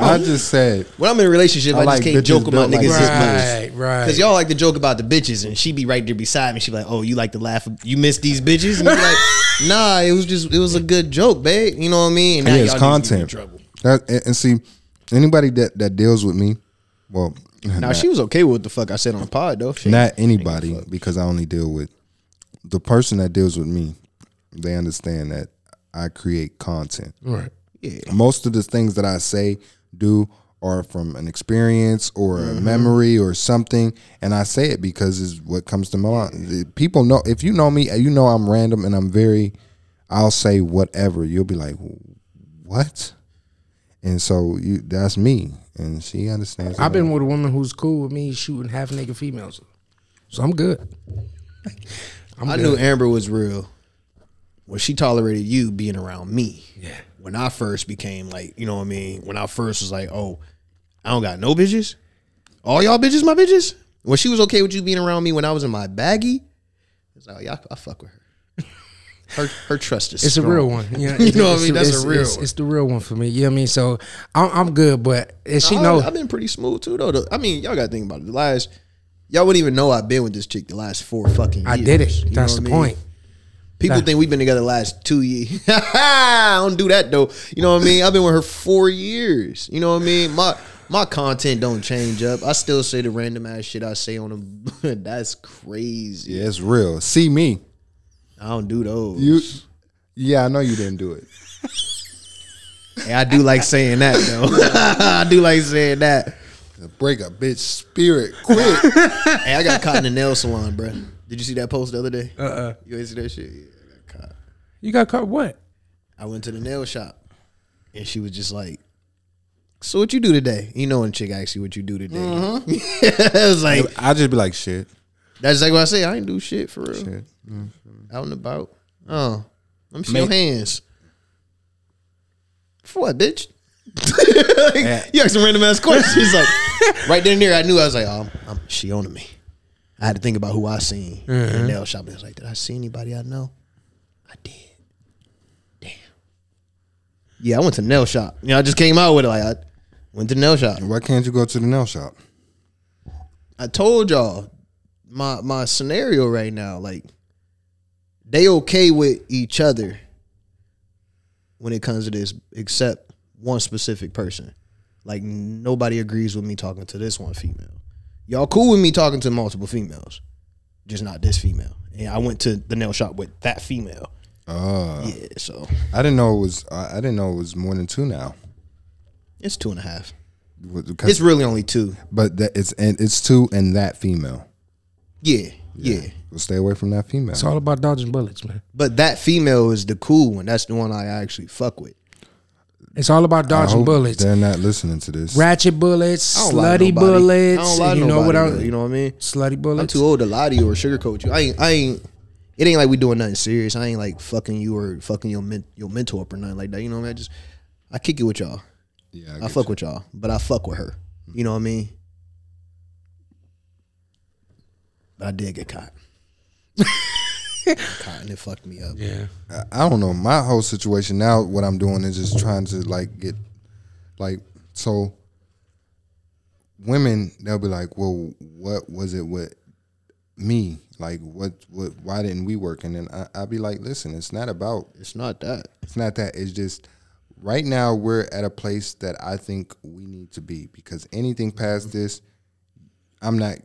A: I just said
B: When I'm in a relationship, I,
A: I like
B: just can't
A: bitches
B: joke with my
A: built like
B: niggas
A: this.
B: this
C: Right,
B: much.
C: right.
B: Cause y'all like to joke about the bitches, and she be right there beside me. She be like, "Oh, you like to laugh? You miss these bitches?" And you be [laughs] like, "Nah, it was just it was a good joke, babe. You know what I mean?" And
A: yeah,
B: now
A: it's
B: y'all niggas get in
A: content.
B: trouble.
A: That- and, and see, anybody that, that deals with me, well, [laughs]
B: Now she was okay with what the fuck I said on the pod though. She-
A: not anybody because I only deal with the person that deals with me. They understand that I create content.
C: Right.
A: Most of the things that I say, do are from an experience or
C: Mm-hmm.
A: a memory or something, and I say it because it's what comes to my mind. The People know if you know me, uh, you know I'm random and I'm very. I'll say whatever. You'll be like, what? And so you, that's me, and she understands.
C: I've
A: that.
C: been with a woman who's cool with me shooting half naked females, so I'm good. I'm
B: I
C: good.
B: knew Amber was real when she tolerated you being around me.
C: Yeah.
B: When I first became like, you know what I mean? When I first was like, oh, I don't got no bitches. All y'all bitches, my bitches. When she was okay with you being around me when I was in my baggy, it's like, oh, yeah, I, I fuck
C: [laughs]
B: with her. Her her trust is
C: It's a
B: strong.
C: real one. [laughs] Yeah,
B: You know what
C: it's-
B: I mean? That's a
C: it's-
B: real
C: it's-
B: one.
C: It's the real one for me. You know what I mean? So I'm, I'm good, but and she
B: I-
C: know
B: I've been pretty smooth too though. The- I mean, y'all gotta think about it. The last y'all wouldn't even know I've been with this chick the last four fucking years.
C: I did it.
B: You know
C: That's
B: what
C: the
B: I mean?
C: point.
B: People
C: Nah.
B: think we've been together the last two years. [laughs] I don't do that though. You know what I mean? I've been with her four years. You know what I mean? My my content don't change up. I still say the random ass shit I say on them. [laughs] That's crazy.
A: Yeah, it's real. See me.
B: I don't do those.
A: You. Yeah, I know you didn't do it.
B: Hey, I do like saying that
A: [laughs]
B: though. [laughs] I do like saying that.
A: Break a bitch spirit quick.
B: Hey, I got caught in the nail salon, bro. Did you see that post the other day? Uh
A: Uh-uh.
B: uh You ain't see that shit? Yeah, I got caught.
C: You got caught what?
B: I went to the nail shop, and she was just like, "So what you do today?" You know, when a chick asks you what you do today, [laughs] I was like,
A: [laughs] I just be like, shit.
B: "That's like what I say. I ain't do shit for real. Out and about. Oh, let me see your hands. For what, bitch? [laughs] Like, You ask some random ass questions. like right then and there, I knew I was like, "Oh, I'm, I'm, she owning me." I had to think about who I seen in the nail shop. And I was like, "Did I see anybody I know?" I did. Yeah, I went to nail shop. You know, I just came out with it. Like, I went to nail shop.
A: Why can't you go to the nail shop?
B: I told y'all my my scenario right now. Like, they okay with each other when it comes to this, except one specific person. Like, nobody agrees with me talking to this one female. Y'all cool with me talking to multiple females, just not this female. And I went to the nail shop with that female.
A: Uh,
B: Yeah, so
A: I didn't know it was. I I didn't know it was more than two now.
B: it's two and a half.
A: With- because-
B: It's really only two.
A: but that it's and it's two and that female.
B: Yeah, yeah,
A: Well, stay away from that female.
C: It's all about dodging bullets, man.
B: But that female is the cool one. That's the one I actually fuck with.
C: It's all about
A: I
C: dodging
A: hope
C: bullets.
A: They're not listening to this.
C: Ratchet bullets,
B: I don't lie to
C: slutty
B: nobody.
C: bullets.
B: I don't lie to
C: you know what
B: nobody,
C: I'm
B: though, You know what I mean?
C: slutty
B: I'm
C: bullets.
B: too old to lie to you or sugarcoat you. I ain't. I ain't. It ain't like we doing nothing serious. I ain't like fucking you or fucking your men, your mentor up or nothing like that. You know what I mean? I just I kick it with y'all.
A: Yeah,
B: I fuck with y'all, but I fuck with her. You know what I mean? But I did
A: [laughs]
B: get caught. caught and it fucked me up.
C: Yeah.
A: I don't know. My whole situation now, what I'm doing is just trying to like get, like, so women, they'll be like, well, what was it with me? Like, what, what, why didn't we work? And then I, I'll be like, listen, it's not about,
B: It's not that.
A: it's not that. It's just right now we're at a place that I think we need to be because anything past
B: Mm-hmm.
A: this, I'm not.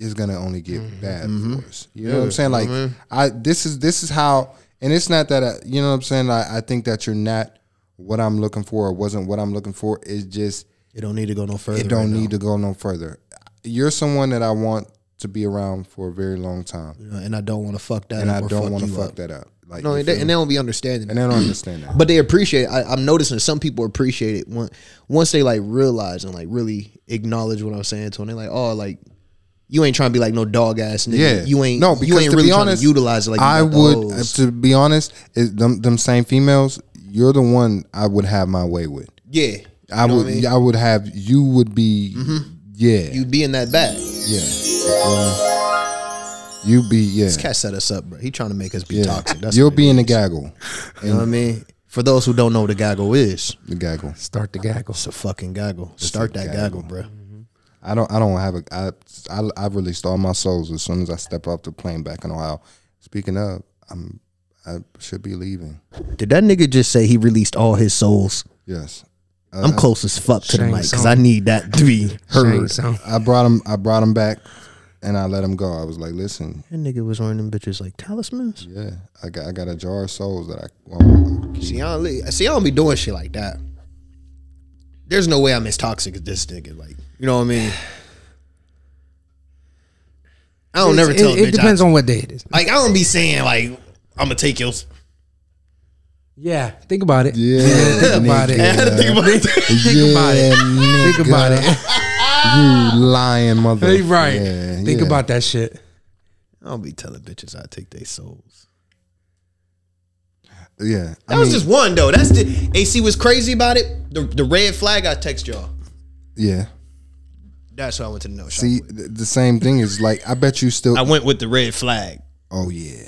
A: It's gonna only get
B: Mm-hmm.
A: bad for us. You know what I'm saying? Like I, this is this is how, and it's not that I, you know what I'm saying. I, I think that you're not what I'm looking for or wasn't what I'm looking for. It's just
B: It don't need to go no further.
A: it don't need to go no further. You're someone that I want to be around for a very long time,
B: and I don't want to fuck that.
A: and
B: up
A: I
B: or
A: don't want to
B: you
A: fuck
B: up.
A: that up. Like
B: No,
A: you
B: and they,
A: feel me?
B: and they don't be understanding.
A: and
B: that.
A: I don't understand that.
B: but they appreciate. It. I, I'm noticing some people appreciate it once once they like realize and like really acknowledge what I'm saying to them. They're like, oh, like you ain't trying to be like no dog ass nigga.
A: Yeah,
B: you ain't.
A: No,
B: No,
A: because
B: you ain't
A: to
B: really
A: be
B: trying
A: honest,
B: to utilize it. Like you
A: I
B: got the
A: would. uh,
B: hoes.
A: To be honest, is them them same females. You're the one I would have my way with.
B: yeah,
A: I
B: You know
A: would.
B: what
A: I,
B: I mean? Mm-hmm.
A: would have. You would be. Yeah.
B: you be in that bag.
A: yeah. You be yeah.
B: This cat set us up, bro. He trying to make us be
A: yeah.
B: toxic. That's
A: You'll
B: what it
A: be in the
B: is.
A: gaggle.
B: You know what I mean? For those who don't know what a gaggle is,
A: The gaggle.
C: Start the gaggle.
B: it's a fucking gaggle. Start that
A: gaggle.
B: gaggle, bro.
A: I don't. I don't have a. I. I. I've released all my souls as soon as I step off the plane back in Ohio. Speaking of, I'm. I should be leaving.
B: Did that nigga just say he released all his souls?
A: Yes. Uh,
B: I'm close as fuck to the
C: Shame
B: mic because
C: song.
B: I need that to be
C: Shame
B: heard. [laughs]
C: sound.
A: I brought him. I brought him back, and I let him go. I was like, listen,
B: That nigga was wearing them bitches like talismans.
A: Yeah, I got I got a jar of souls that I. um, Well,
B: See, I don't, li- see, I don't be doing shit like that. There's no way I'm as toxic as this nigga. Like, you know what I mean? I don't never
C: It's-
B: tell.
C: It,
B: a
C: it
B: bitch
C: depends
B: I,
C: on what day it is.
B: Like, I don't be saying like I'm gonna take yours.
C: Yeah. Think about it.
A: yeah,
C: Think about it.
B: [laughs] I had to think about it.
A: think
C: about it.
A: Nigga,
C: Think about
A: [laughs]
C: it.
A: You lying mother.
C: Hey, right.
A: Yeah,
C: Think
A: yeah.
C: about that shit.
B: [laughs] I don't be telling bitches I take their souls.
A: Yeah,
B: That was just one though. That's the AC was crazy about it. The the red flag I text y'all.
A: yeah.
B: That's what I went to the no shop.
A: See,
B: with.
A: th- the same thing is like I bet you still.
B: I went with the red flag.
A: oh yeah,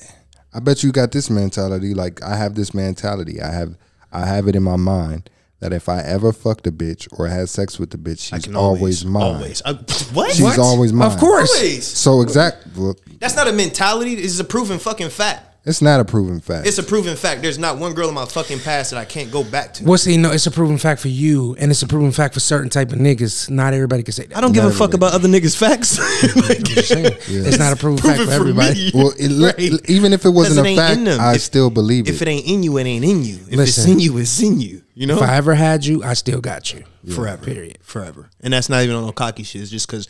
A: I bet you got this mentality. Like I have this mentality. I have I have it in my mind that if I ever fucked a bitch or had sex with a bitch, she's
B: I can
A: always, mine.
B: Always. I, [laughs] what?
A: She's
B: What?
A: always mine.
C: Of course.
B: Always.
A: So exact. Well,
B: That's not a mentality. This is a proven fucking fact.
A: it's not a proven fact.
B: It's a proven fact. There's not one girl in my fucking past that I can't go back to.
C: Well, see, no, it's a proven fact for you, and it's a proven fact for certain type of niggas. Not everybody can say that.
B: don't give
A: a fuck
B: about other niggas' facts. [laughs]
A: [laughs]
C: It's not a proven fact for everybody.
A: Well, it,
B: Right.
A: even if it wasn't a fact, I
B: If-
A: still believe it.
B: If it ain't in you, it ain't in you. If it's
C: Listen.
B: in you, it's in you. You know,
C: If I ever had you, I still got you.
B: forever, period, forever. And that's not even on no cocky shit. It's just because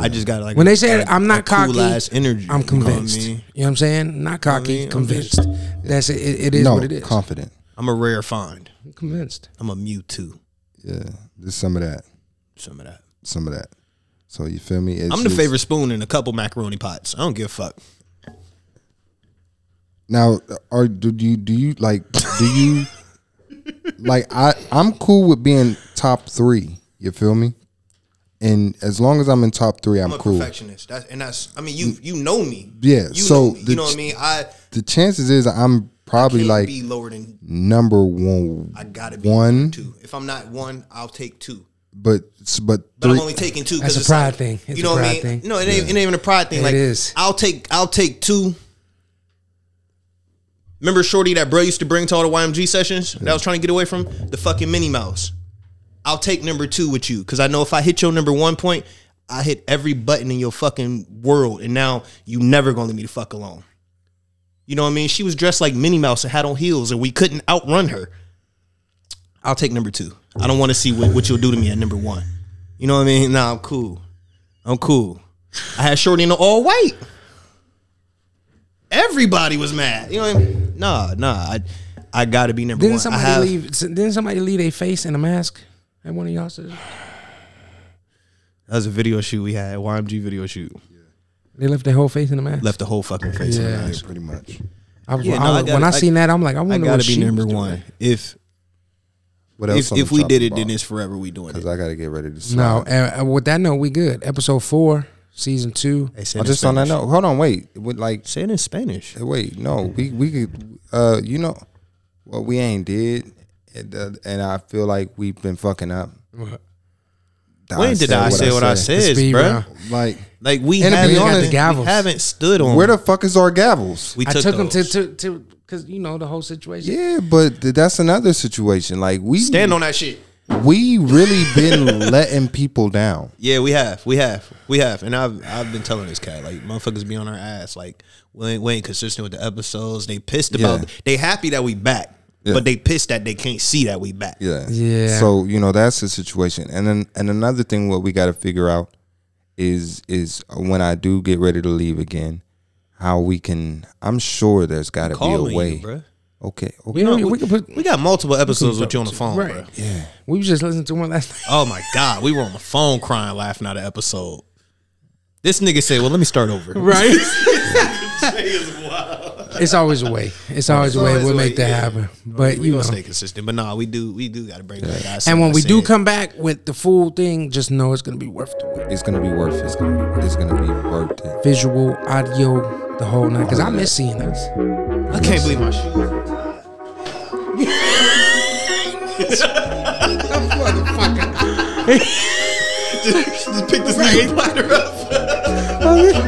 B: I just got like
C: When
B: a-
C: they say
B: a-
C: I'm
B: a
C: not cocky,
B: cool ass energy.
C: I'm
B: you know what I
C: convinced. You know
B: mean?
C: what I'm saying? Not cocky,
B: mean? I'm
C: convinced. That's it. It, it is
A: no,
C: what it is.
A: confident.
B: I'm a rare find.
C: I'm convinced.
B: I'm a Mewtwo.
A: Yeah, there's some of that,
B: Some of that.
A: some of that. So you feel me? It's
B: I'm the
A: just-
B: favorite spoon in a couple macaroni pots. I don't give a fuck.
A: Now, are do you do you like do
C: [laughs]
A: you like I I'm cool with being top three. You feel me? And as long as I'm in top three, I'm
B: I'm a
A: cool. Mm.
B: perfectionist. That's, and that's. I mean, you you know me.
A: Yeah,
B: You
A: so
B: know me.
A: the-
B: you know what I mean. I
A: The chances is I'm probably
B: can't
A: like
B: be lower than
A: number one.
B: I gotta be
A: one,
B: two. If I'm not one, I'll take two.
A: but but
B: But
A: three.
B: I'm only taking two.
C: That's
B: 'cause
C: a
B: it's
C: pride
B: like-
C: thing. It's
B: you know
C: a
B: what I
C: pride
B: mean?
C: thing.
B: No, it ain't, it ain't even a pride thing.
C: It
B: like
C: is.
B: I'll take I'll take two. Remember Shorty that bro used to bring to all the YMG sessions that I was trying to get away from the fucking Minnie Mouse. I'll take number two with you because I know if I hit your number one point, I hit every button in your fucking world, and now you never gonna leave me the fuck alone. You know what I mean? She was dressed like Minnie Mouse and had on heels, and we couldn't outrun her. I'll take number two. I don't want to see what, what you'll do to me at number one. You know what I mean? Nah, I'm cool. I'm cool. I had Shorty in the all white. Everybody was mad. You know what I mean? Nah, nah. I, I gotta be number
C: Didn't
B: one.
C: somebody
B: I have-
C: leave? Didn't somebody leave a face in a mask at one of y'all?
B: That was a video shoot we had, YMG video shoot.
C: They left their whole face in a mask.
B: Left the whole fucking face. in
C: Yeah.
B: the mask.
A: pretty much.
C: I was-
B: Yeah,
C: I
B: no, I
C: was- when
B: gotta-
C: I,
B: I-
C: seen that, I'm like, I
B: I
C: wonder
B: gotta
C: what
B: be
C: she
B: number
C: was doing.
B: one. If
A: What else?
B: if, if we did it, then it's forever. We doing it.
A: because I got to get ready to.
C: No, uh, uh, with that note, we good. Episode four, season two.
B: I
A: I just on that note. Hold on, wait. With like,
B: Say it in Spanish.
A: wait,
B: Mm-hmm.
A: no, we we could, uh, you know, what we ain't did, and, uh, and I feel like we've been fucking up.
B: When did I say what I said,
C: Speed
B: bro?
C: round.
A: Like,
B: Like we
A: And to be
B: haven't,
A: honest,
B: we
C: the gavels.
B: haven't stood on.
A: where the fuck is our gavels?
B: we
C: I took, them to
B: those.
C: to to because you know the whole situation.
A: yeah, but th- that's another situation. Like we
B: stand on that shit.
A: We really been [laughs] letting people down.
B: Yeah, we have, we have, we have, and I've I've been telling this cat like motherfuckers be on our ass. Like we ain't, we ain't consistent with the episodes. They pissed about.
A: Yeah.
B: They happy that we back,
A: Yeah.
B: but they pissed that they can't see that we back.
A: Yeah.
C: Yeah.
A: So you know that's the situation, and then and another thing what we got to figure out is is when I do get ready to leave again, how we can. I'm sure there's got to be a
B: Calling
A: way.
B: you, bro.
A: Okay.
C: we,
A: Okay.
C: don't,
B: We,
C: we, can put.
B: we got multiple episodes with you on the phone,
C: Right.
B: bro.
A: Yeah.
C: We was just listening to one last night.
B: Oh my god, we were on the phone crying, laughing at the episode. This nigga said, "Well, let me start over."
C: [laughs] Right. it's always a way. It's always a way.
B: always
C: We'll
B: a way,
C: make that
B: yeah.
C: happen. But
B: We
C: you know.
B: gonna stay consistent, but nah, we do, we do got to bring back. guys.
C: And when we do come back with the full thing, just know it's gonna be worth the wait.
A: It's gonna be worth it. It's gonna be worth it. It's gonna be worth it.
C: Visual, audio, the whole night. Because I miss seeing us.
B: I can't believe my [laughs] shoes. just, just pick this nigga platter up.